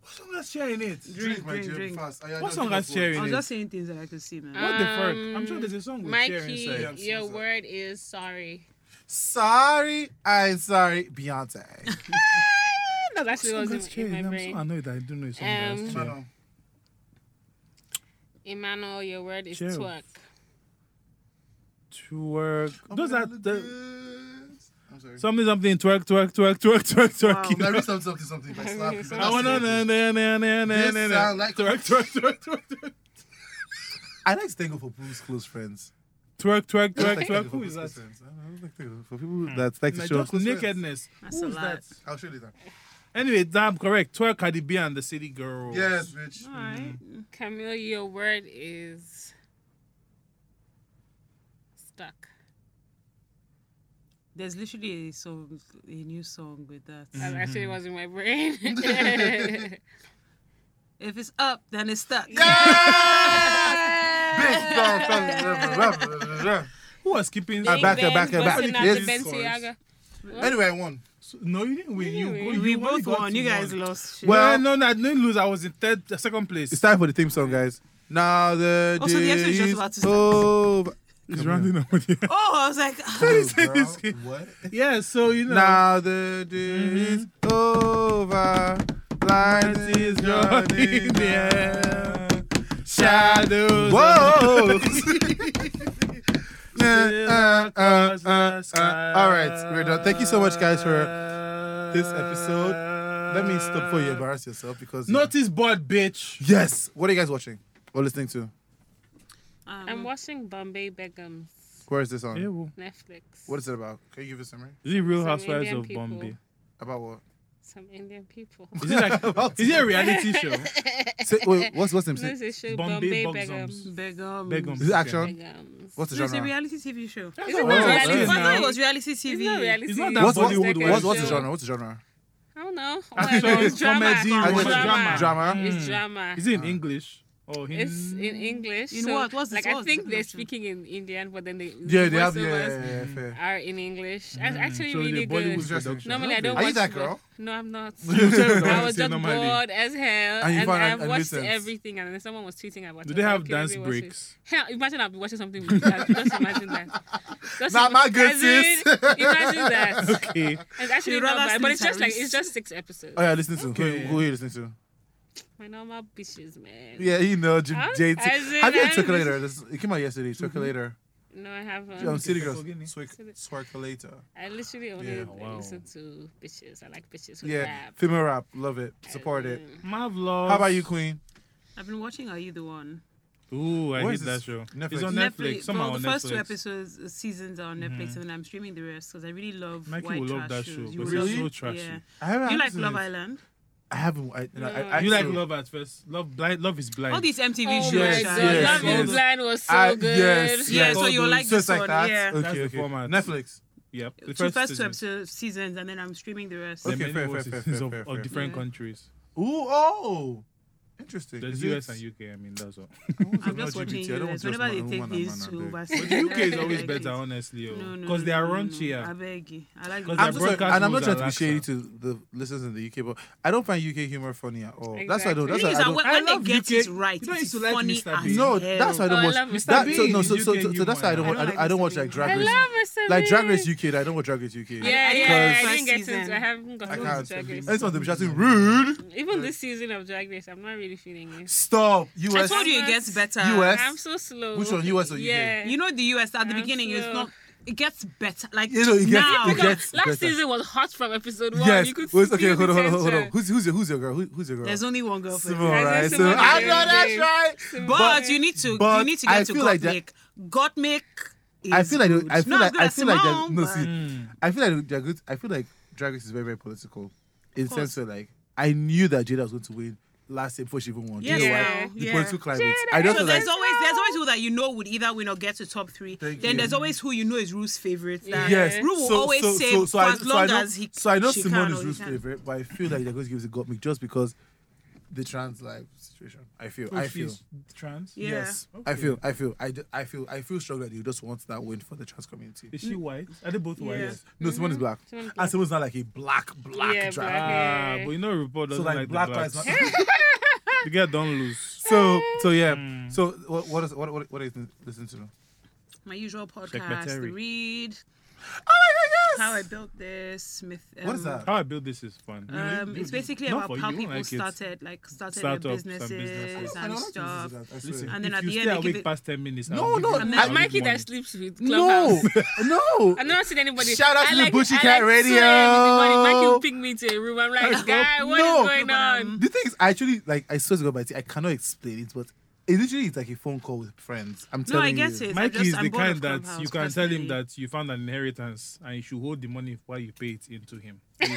What song has chair in it?
Drink, my
Drink,
dear,
drink.
fast. I- I
What
know
song
drink
has
up
chair
I
in
was
it?
just saying things that I could see, man.
What the fuck? I'm sure
Um,
there's a song with chair
Mikey,
inside.
your
Susan.
word is sorry.
Sorry, I'm sorry, Beyonce.
No, that's what
That's
was
chair.
in, in my
I'm so
brain.
annoyed that I don't know it's on
Um,
um, chair.
Madam,
Emmanuel, your word is
Chair.
twerk.
Twerk. Those
I'm
are
gonna do
the
this. I'm sorry.
something something twerk twerk twerk twerk twerk twerk. Oh,
Larry, something, something, something. If I slap you,
I
I
that's
want to
it.
na na na na na
This
na na.
sound like-
Twerk twerk twerk twerk twerk.
I like to thank God for people's close friends.
Twerk twerk
I like
twerk
to
twerk.
thank God
Who
for
is
people's
that?
close friends. I don't like to thank God For people that like to
Like
show us
just
close friends.
nakedness.
That's
Who
a
is
lot.
that?
I'll show you later.
Anyway, damn correct. Twerk Cardi B and the City Girls.
Yes, bitch.
All right.
Camille, your word is stuck.
There's literally a song, a new song with that.
That actually was in my brain. Bitch,
If it's up, then it's stuck.
Who was keeping?
Big back it, back it, back it. Yes.
Balenciaga.
Anyway, I won.
So- no, you didn't win. You,
didn't
go-
win.
you
We
only
both
got
won. You
one.
guys lost. Shit.
Well, no, no, I didn't lose. I was in third, second place.
It's time for the theme song, guys. Now the
Oh, so the
day
episode is just
is
about to start.
over.
It's rounding up. Yeah.
oh, I was like,
What?
yeah. So you know.
Now the day is
Mm-hmm.
over. Light
It
is
is
running
running
down.
down. Shadows.
Whoa!
Uh,
uh, uh, uh, uh. All right, we're done. Thank you so much, guys, for
this
episode. Let me stop before you embarrass yourself because
Notice board, bitch.
Yes. What are you guys watching or listening to?
I'm
um,
watching Bombay Beckham's
Where is this on?
Netflix.
What is it about?
Can you give us a ring?
Is it Real
Some
Housewives
Indian
of
people.
Bombay?
About what?
Some Indian people.
Is it like? is it a reality show?
Say, wait, what's what's the name? Say-
This is show
Bombay
Bombay,
Boxums.
Begum.
Begum.
Begum.
Is it action?
Begums.
What's the
um, No, it's a
genre?
reality TV show. Oh,
Is
not
it
what
not
it
reality?
is
I
now.
thought it was reality TV.
It's not reality.
It's not that
What's,
That's
what's,
Bollywood
It's like a
what's, what's the
show.
genre? What's the genre?
I don't know. All I
Action,
know is drama.
comedy,
It's
romance,
Ah, drama.
Drama.
It's drama.
Is it
Uh-huh.
in English Oh, or Hindi?
It's in English.
In
so,
what? What's the-
like? I
what's the
think they're
production?
speaking in Indian, but then they
Yeah,
the
they have. Yeah,
voiceovers
yeah, yeah, fair.
are in English. That's actually
so
really
the Bollywood
good.
Interesting.
production.
Normally I don't
Are you
watch
that
bo-
girl?
No, I'm not.
don't
I
wanna
was
say
just
normally.
bored as hell,
And you
and
found
I've
an- an
watched
nuisance.
everything, and then someone was tweeting about.
Do
it.
they
I
have
was like, okay,
dance
maybe watch it.
breaks?
Hell, imagine I'll be watching something with that. Just imagine that. Just
Not
ima-
my good
as in,
sis.
Imagine that.
Okay.
It's actually
You'd
not
rather
bad, but
see
it's just like
Tyrese.
it's just six episodes.
Oh yeah, listen to.
Okay.
Who, who are you listening to?
My normal bitches, man.
Yeah, you know, Jim
Huh?
JT.
As in,
Have you heard
I'm-
Chocolator? This, it came out yesterday. Chocolator.
No, I haven't.
I'm Um, City
City
Girls.
Girls.
City-
later.
I literally only
Yeah,
wow.
listen to bitches. I like bitches who
Yeah,
rap. Mm.
female rap. Love it. Support it.
Mavlov.
How about you, Queen?
I've been watching Are You the One?
Ooh,
Where
I hate
is
that
this?
show.
Netflix.
It's on
Netflix.
Netflix.
well,
Somehow
the
on
first two
Netflix.
episodes uh, seasons are on Netflix, and then I'm streaming the rest because I really love
Mikey
white
will love that
trash
show,
shows.
but
will
it's
love-
so trashy.
Yeah.
I haven't.
You
I
like
haven't
Love
seen it.
Island?
I haven't. I, no, I,
No,
I,
You like
so-
Love at first? Love blind. Love is blind.
All these MTV
Oh
shows.
my
Yes,
god,
yeah.
yes,
Love is
yes.
Blind was so
I-
good.
yes,
Yeah,
yes.
so you will like
So
this
it's like
one.
that.
Yeah.
Okay,
That's the
okay.
format.
Netflix.
Yep. The
The first, two
season.
episode seasons, and then I'm streaming the rest.
There are
Okay,
many
fair, fair,
versions
fair, fair,
of,
fair,
of
fair.
different
Yeah.
countries.
Ooh, oh, interesting.
There's
Is
US
it-
and UK. I mean, that's all.
I'm just watching
LGBT. I don't
you.
want
guys.
just
Whenever
man
they
and
take
woman and
these
man and
two
big.
overseas,
The UK is
I
always
like
better,
it.
honestly.
No, no,
Because they
no,
are
no, no.
raunchier.
I beg you. I like.
Because
the-
I'm just
their
like,
broadcast
and I'm not
rules
trying
are
to be shady
laxer.
to the listeners in the UK, but I don't find UK humor funny at all. That's why I don't. That's why
The thing
I
is
don't.
that when,
I
when they
love
get
UK.
it right,
You know, I
it's
used to like
funny
Mr.
as
Bean.
No,
hell.
that's why I
Oh,
don't
I
watch.
love Mr.
that, so,
Bean.
no, so, so,
UK
so, so that's why I don't. Watch,
humor.
I,
I don't
don't, I don't
like
watch
Mr.
like
Bean.
Drag
I
Race.
love Mr.
Like Drag Race
Bean.
UK, I don't watch Drag Race UK.
Yeah,
didn't
yeah,
watch
I
the
didn't
first
get
season.
into. I haven't
I
gotten into
can't.
Drag
Anytime
Race.
they're shouting rude,
Even this season of Drag Race, I'm not really feeling it.
stop.
I
US,
told you it gets better.
US.
I'm so slow.
Which one, US or UK?
Yeah.
You know the US at the
I'm
beginning it's
slow.
not. It gets better. Like
You know, it gets-
now.
it
Because
gets
last
better.
season was hot from episode one.
Yes.
You could
Wait,
see
okay, hold
the
on, hold on, hold on.
tension.
Who's who's your, who's your girl? Who, who's your girl?
There's only one girl for
Simone,
you.
Guys,
right?
there's
So,
so much
I know
girls
that's
there.
right.
But you need to.
but
you need to
I
get to
feel like that-
Gottmik. Gottmik. Is
I feel like
good.
I feel
Not as
like
good
I
as
feel like that,
Simone,
no,
but-
see, I feel like they're good. I feel like Drag Race is very very political, in sense where like I knew that Jada was going to win last year before she even won. Do
Yes,
you know why?
yeah,
The
yeah.
political climate.
Jada
I just
So
was
there's
like,
always there's always who that you know would either win or get to top three.
Thank
then
you.
there's always who you know is Ruth's favorite. That
yes.
Ruth will
so,
always
so,
say
so, so
for
I,
as
so
long
I know,
as he.
so I know
she
Simone
can
is
or he
Ruth's
can.
favorite, but I feel like they're going to give it to Gottmik just because the trans life situation. I feel. I feel.
She's trans.
Oh, Yeah.
Yes, I feel, I feel, I, d- I feel, I feel strong that you just want that win for the trans community.
Is she white? Are they both white?
Yeah.
Yes.
No, someone is black.
Someone Mm-hmm. is
and
black.
someone's not like a black, black
Yeah,
drag.
black.
Ah,
Yeah.
but you know,
So
report doesn't
like,
like
black
the
lives
blacks.
matter.
the girl don't lose.
so so yeah.
Hmm.
So what what is what what what is listen to?
My usual podcast,
Secretary.
the read.
Oh
How I built this. Myth,
What is
um,
that?
How I build this is fun.
Um,
Really?
it's basically
Not for
about how
you,
people
like it's-
started, like started
Startups
their
and
businesses and,
businesses.
I don't like to
stuff.
listen to that, I
Listen,
swear.
And then
if
at
you
the end
stay
they give
awake
it-
past ten minutes.
No,
I'll give
no,
you- I'll
Like
give
Mikey
you money.
that sleeps with
No,
Clubhouse.
no.
I've never seen anybody.
Shout out
I
to the
like,
Bushy
I
Cat
like 2 a.m. in the
Radio.
morning, Mikey will ping me to a room. I'm
I love-
like, guy, what is
No.
going
No, but,
on?
um,
The thing is, I actually like I swear to God, my I cannot explain it, but it literally is like a phone call with friends. I'm
No,
telling
I
you.
guess it.
Mikey
I just,
is
I'm
the
bored
kind
of
that
Clubhouse,
you can tell him
personally.
that you found an inheritance and you should hold the money while you pay it into him. He's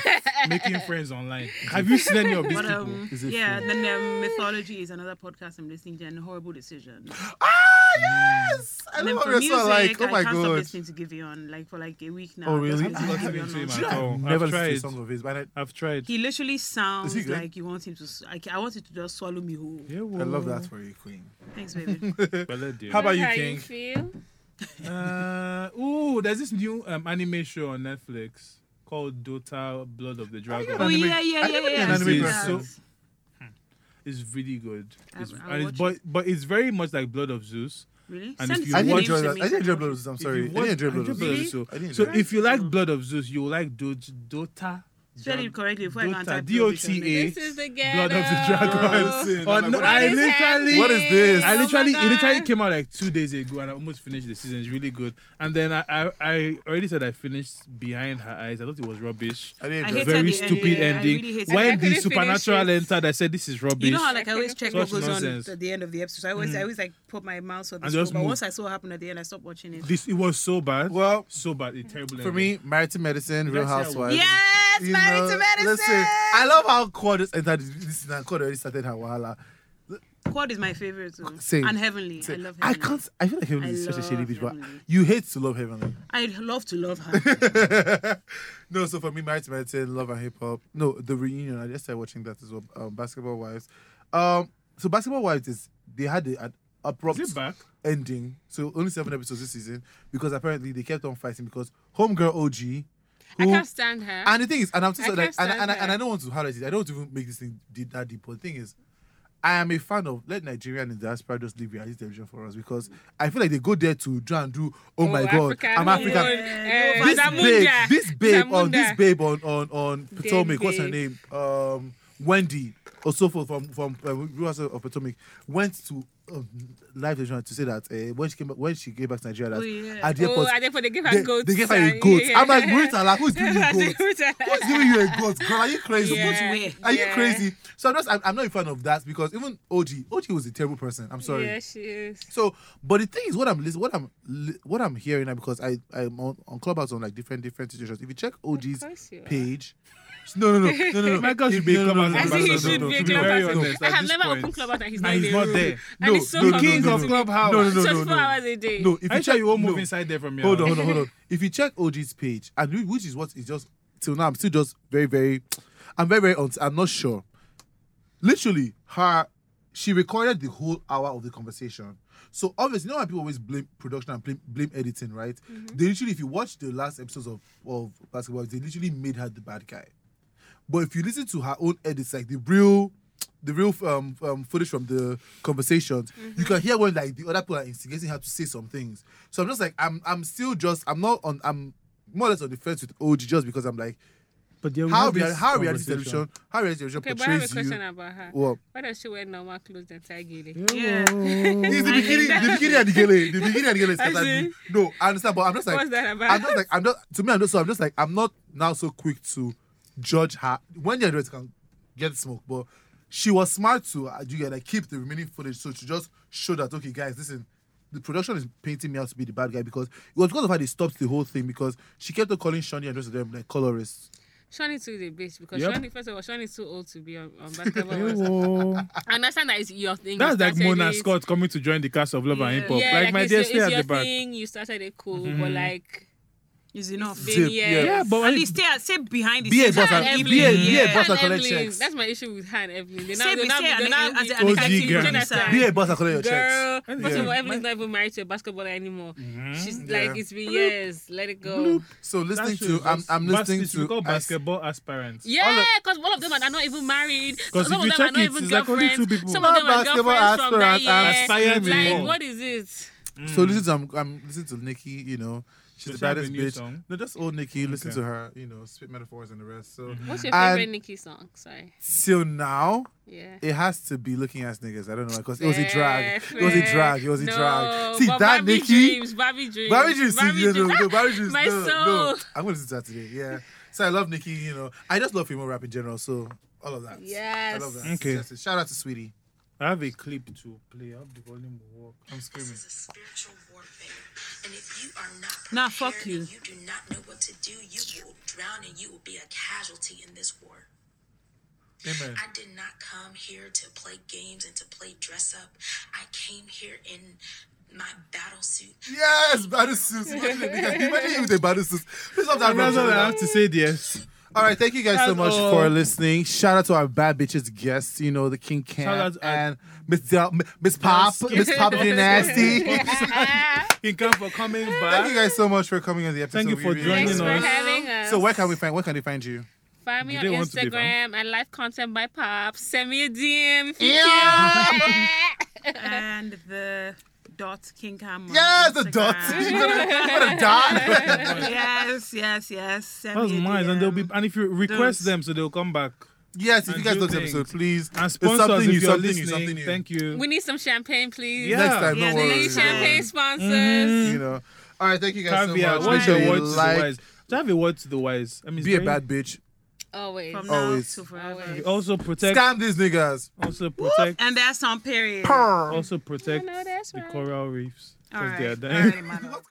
making friends online. Have you seen any of these
But
people?
um,
Is it
yeah, then um, mythology is another podcast I'm listening to, and horrible decision.
Ah, Yes, I love
And then
what
for
you're
music,
so like. Oh
I
my
can't stop
god.
listening to Giveon like for like a week now.
Oh, really?
Just
I
listening to
haven't
Giveon
seen him
nonstop.
at all.
I've
I've
never listened to a
tried.
song of his, but I,
I've tried.
He literally sounds
good?
like you want him to. s- Like, I want you to just swallow me whole.
Yeah,
I love that for you, Queen.
Thanks, baby.
Bella dear.
How about
That's
you,
how
King?
you feel?
Uh, ooh, there's this new um, anime show on Netflix called Dota Blood of the Dragon.
oh yeah, yeah,
I
yeah,
never
yeah.
been
I've
an
seen
anime
that.
person. It's really good.
I'll-
It's,
I'll
and it's,
watch
but, but it's very much like Blood of Zeus.
Really?
And
Send
if you
I
some
didn't
want-
names
enjoy
to
that.
me
I
so
didn't enjoy
can
Blood
watch
of Zeus. I'm
If
sorry.
you
I
watch-
didn't enjoy Blood of
Blood
Zeus.
Zeus.
I didn't
So
enjoy it.
if you like Blood of Zeus, you will like Dota. Dota
it. Spell it correctly before I go and
Dota,
type
D-O-T-A,
This is the
Blood of the
ghetto.
Dragon. Oh, no,
What
I
is
literally,
happening?
What is this?
I
Oh my
literally, it literally
God.
came out like two days ago, and I almost finished the season. It's really good. And then I, I, I already said I finished Behind Her Eyes. I thought it was rubbish.
I didn't enjoy
I hate
it.
hated
Very
the
stupid
ending. I
ending.
really hated
it. I
when
couldn't
the
finish
supernatural
it.
entered, I said, "This is rubbish."
You know how like I always check what
Such
goes
nonsense.
on at the end of the episode. So I always I always like put my mouse on the
And
scroll,
just
but
move.
once I saw what happened at the end, I stopped watching it.
this it was so bad.
Well,
so bad. It terrible.
for
ending.
me, Married to Medicine, Real
That's how it
Housewives.
Yes,
You
married
know,
to medicine.
Listen, I love how Quad just entered this and Quad already started her wahala.
Quad is my favorite too.
Same.
And heavenly. I love
I
heavenly.
can't. I feel like Heavenly
I
is such a shady
love
bitch, but
Heavenly.
you hate to love Heavenly.
I'd love to love her.
no, so for me, Married to Medicine, Love and Hip Hop. No, the reunion. I just started watching that as well. Um, Basketball Wives. Um, so Basketball Wives is they had a, an abrupt
Is it back?
ending. So only seven episodes this season because apparently they kept on fighting because Homegirl OG.
I
who- Oh
can't stand her.
and the thing is, and I'm so
I
sorry, like,
can't
and,
stand
and, I- and I
her.
don't want to highlight it. I don't want to even make this thing deep, that deep. But the thing is, I am a fan of let Nigeria and the diaspora just leave reality television for us because I feel like they go there to try and do. Oh, my God, I'm African.
Yeah,
Eh,
This
Zamunda.
babe, this babe on this babe on on on Potomac. What's her
babe.
name? Um, Wendy Osofo from from uh, Rivers of Potomac went to um, live station to say that uh, when she came back, when she came back to Nigeria, that
Oh, yeah.
at the
oh,
airport
I think for they gave her
they,
goats.
they gave her
uh,
a goat.
yeah.
I'm like, Marita, like who's giving
I
you
think
goat? Who's
Marita-
giving you a goat? Girl, are you crazy?
Yeah,
Goat
Are you
yeah.
crazy? So I'm just I'm, I'm not a fan of that because even OG OG was a terrible person. I'm sorry.
Yeah, she is.
So, but the thing is, what I'm listening, what I'm, li- what I'm hearing now, because I, I'm on, on Clubhouse on like different, different situations. If you check
Of
OG's
course you are.
page, no, no, no, no, no, no.
Michael
If-
should be
no, no, no,
Clubhouse
no,
I
no,
think
no,
he
no,
should
no,
be
no,
a
to be
no,
very
clubhouse.
honest,
I
at
have
this
never
point-
opened clubhouse and he's
And
not in
he's
the
not
room.
there.
And
No,
it's so
no,
The kings
confusing
of
to me.
Clubhouse.
No, no, no, no,
24
no.
hours a day.
No, if
Are
you
you sure
check,
you won't move
no.
inside there from here?
Hold on, hold on, hold on. If you check OG's page, and whi- which is what is just till now, I'm still just very, very, I'm very, very, uns- I'm not sure. Literally, her, she recorded the whole hour of the conversation. So obviously, you know why people always blame production and blame, blame editing, right? They literally, if you watch the last episodes of of basketball, they literally made her the bad guy. But if you listen to her own edits, like the real, the real um, um footage from the conversations,
Mm-hmm.
you can hear when like the other people are instigating her to say some things. So I'm just like, I'm I'm still just I'm not on I'm more or less on the fence with OG just because I'm like,
But there
how real how reality television how reality television
Okay, but I have a
portrays you.
question about her.
Well,
Why does she wear normal clothes than Tigiri?
Yeah.
it's the
I hate
beginning,
that.
the beginning and the gele, the beginning and the gele. is
I
scattered
see.
me. No, I understand, but I'm just like,
What's that about?
I'm just like, I'm not. To me, I'm just so. I'm just like, I'm not now so quick to judge her. When you're it can get smoke, but she was smart to uh, you get like keep the remaining footage so to just show that okay, guys, listen. The production is painting me out to be the bad guy because it was because of how they stopped the whole thing because she kept on calling Shawnee and the rest of them like colorists.
Shawnee too is a bitch because
Yep.
Shawnee, first of all, Shawnee is too old to be on, on basketball. roster. I understand that it's your thing. you
Oh. That's like
started
Mona
it.
Scott coming to join the cast of Love and
Yeah.
Hip Hop.
Yeah,
like, my
it's
dear,
your-
stay at
it's
the
your
back. Mm-hmm.
thing. You started it cool, but like,
Is enough.
been
Zip,
years.
Yeah, but
At least stay, stay behind the
Be a
scenes
boss
and
and-
even-
be a- be a
yeah.
boss and
and
collect
Evelyn,
checks.
That's my issue with her and Evelyn. They now,
Say
they
be
now,
say
they
an-
now,
an- as
be-
an
OG
active
girl.
producer.
Be a boss and collect your checks.
Girl,
And
first of
yeah. Mm-hmm.
all, Evelyn's not even married to a basketballer anymore. She's like, it's been years. Let it go.
So listening
That should
to, I'm,
just-
I'm
bas-
listening
it should be
to.
called
I-
basketball aspirants.
Yeah, because all of them are not even married. Some
Because
of
if you
them are
check
not
it,
even
it's like only two
girlfriends.
people.
Some
Not
of them are
basketball
girlfrients from that
aspirants are
year.
aspiring
Like,
more.
what is it?
So listen to I'm, I'm listening to Nikki, you know, she's
Mm. Does
the
she have a
baddest
new
bitch.
song?
No, just old Nikki. Listen
Okay. Mm-hmm.
to her, you know, spit metaphors and the rest. So
What's your
And-
favorite Nicki song? Sorry.
till now,
Yeah.
it has to be looking ass niggas. I don't know because it was a drag.
Fair,
It was a
fair.
drag. It was a
No,
drag. See
but
that
Barbie
Nikki.
Dreams, Barbie Dreams.
Barry Juice,
Barbie
no, no,
Dreams.
no, Barry Juice,
My
no, no.
soul.
I'm gonna listen to that today. Yeah. So I love Nikki. You know, I just love female rap in general. So all of that. I love that.
Yes.
Okay.
That's it. Shout out to Sweetie.
I have a clip to play. I hope the volume will work. I'm screaming.
This is a spiritual warfare. And if you are not
Nah,
prepared
fuck you.
and you do not know what to do, you will drown and you will be a casualty in this war.
Amen.
I did not come here to play games and to play dress up. I came here in my battle suit.
Yes, battle suits. Imagine you with a battle suits. Please love that.
That's all I
rap.
have to say, yes.
All right, thank you guys so
That's
much
all.
for listening. Shout out to our bad bitches guests, you know, the King Cam
out to-
and Miss Del- M- Miss Pop, Miss Pop the Nasty.
You come for coming
thank you
back.
guys so much for coming on the episode.
Thank you
We
for
really
Thanks
joining
for
enjoyed
us.
it.
having us.
So where can we find where can they find you?
Find me
Do
on
they want to be
Instagram at Life Content by Pop. Send me a DM. if you care.
and the dot King Cam. on
Yes, the dot.
Instagram.
You gotta dot.
yes, yes, yes. Send
That was
me a
mine. And they'll be
DM.
and if you request
Those-
them, so they'll come back.
Yes, if you
And
guys
do
love this
things.
episode, please.
And
It's
sponsors,
something
if
new,
you're
something new,
listening,
something new.
thank you.
we need some champagne, please.
Yeah.
Next time,
Yeah,
no
next
We need
worries.
time.
champagne sponsors.
You know. All right, thank you guys
Caveat.
so much. Make
What's your
sure
word
you
to the
like.
wise? Do you have a word to the wise? I mean, it's
Be a
very-
bad bitch.
Always.
From now
Always.
to forever.
Always.
Also protect.
Scam these niggas.
Also protect.
And that's on period.
Purr.
Also protect
I know that's
the
right.
coral reefs
All
because
right.
they are
All
dying.
right, Mano.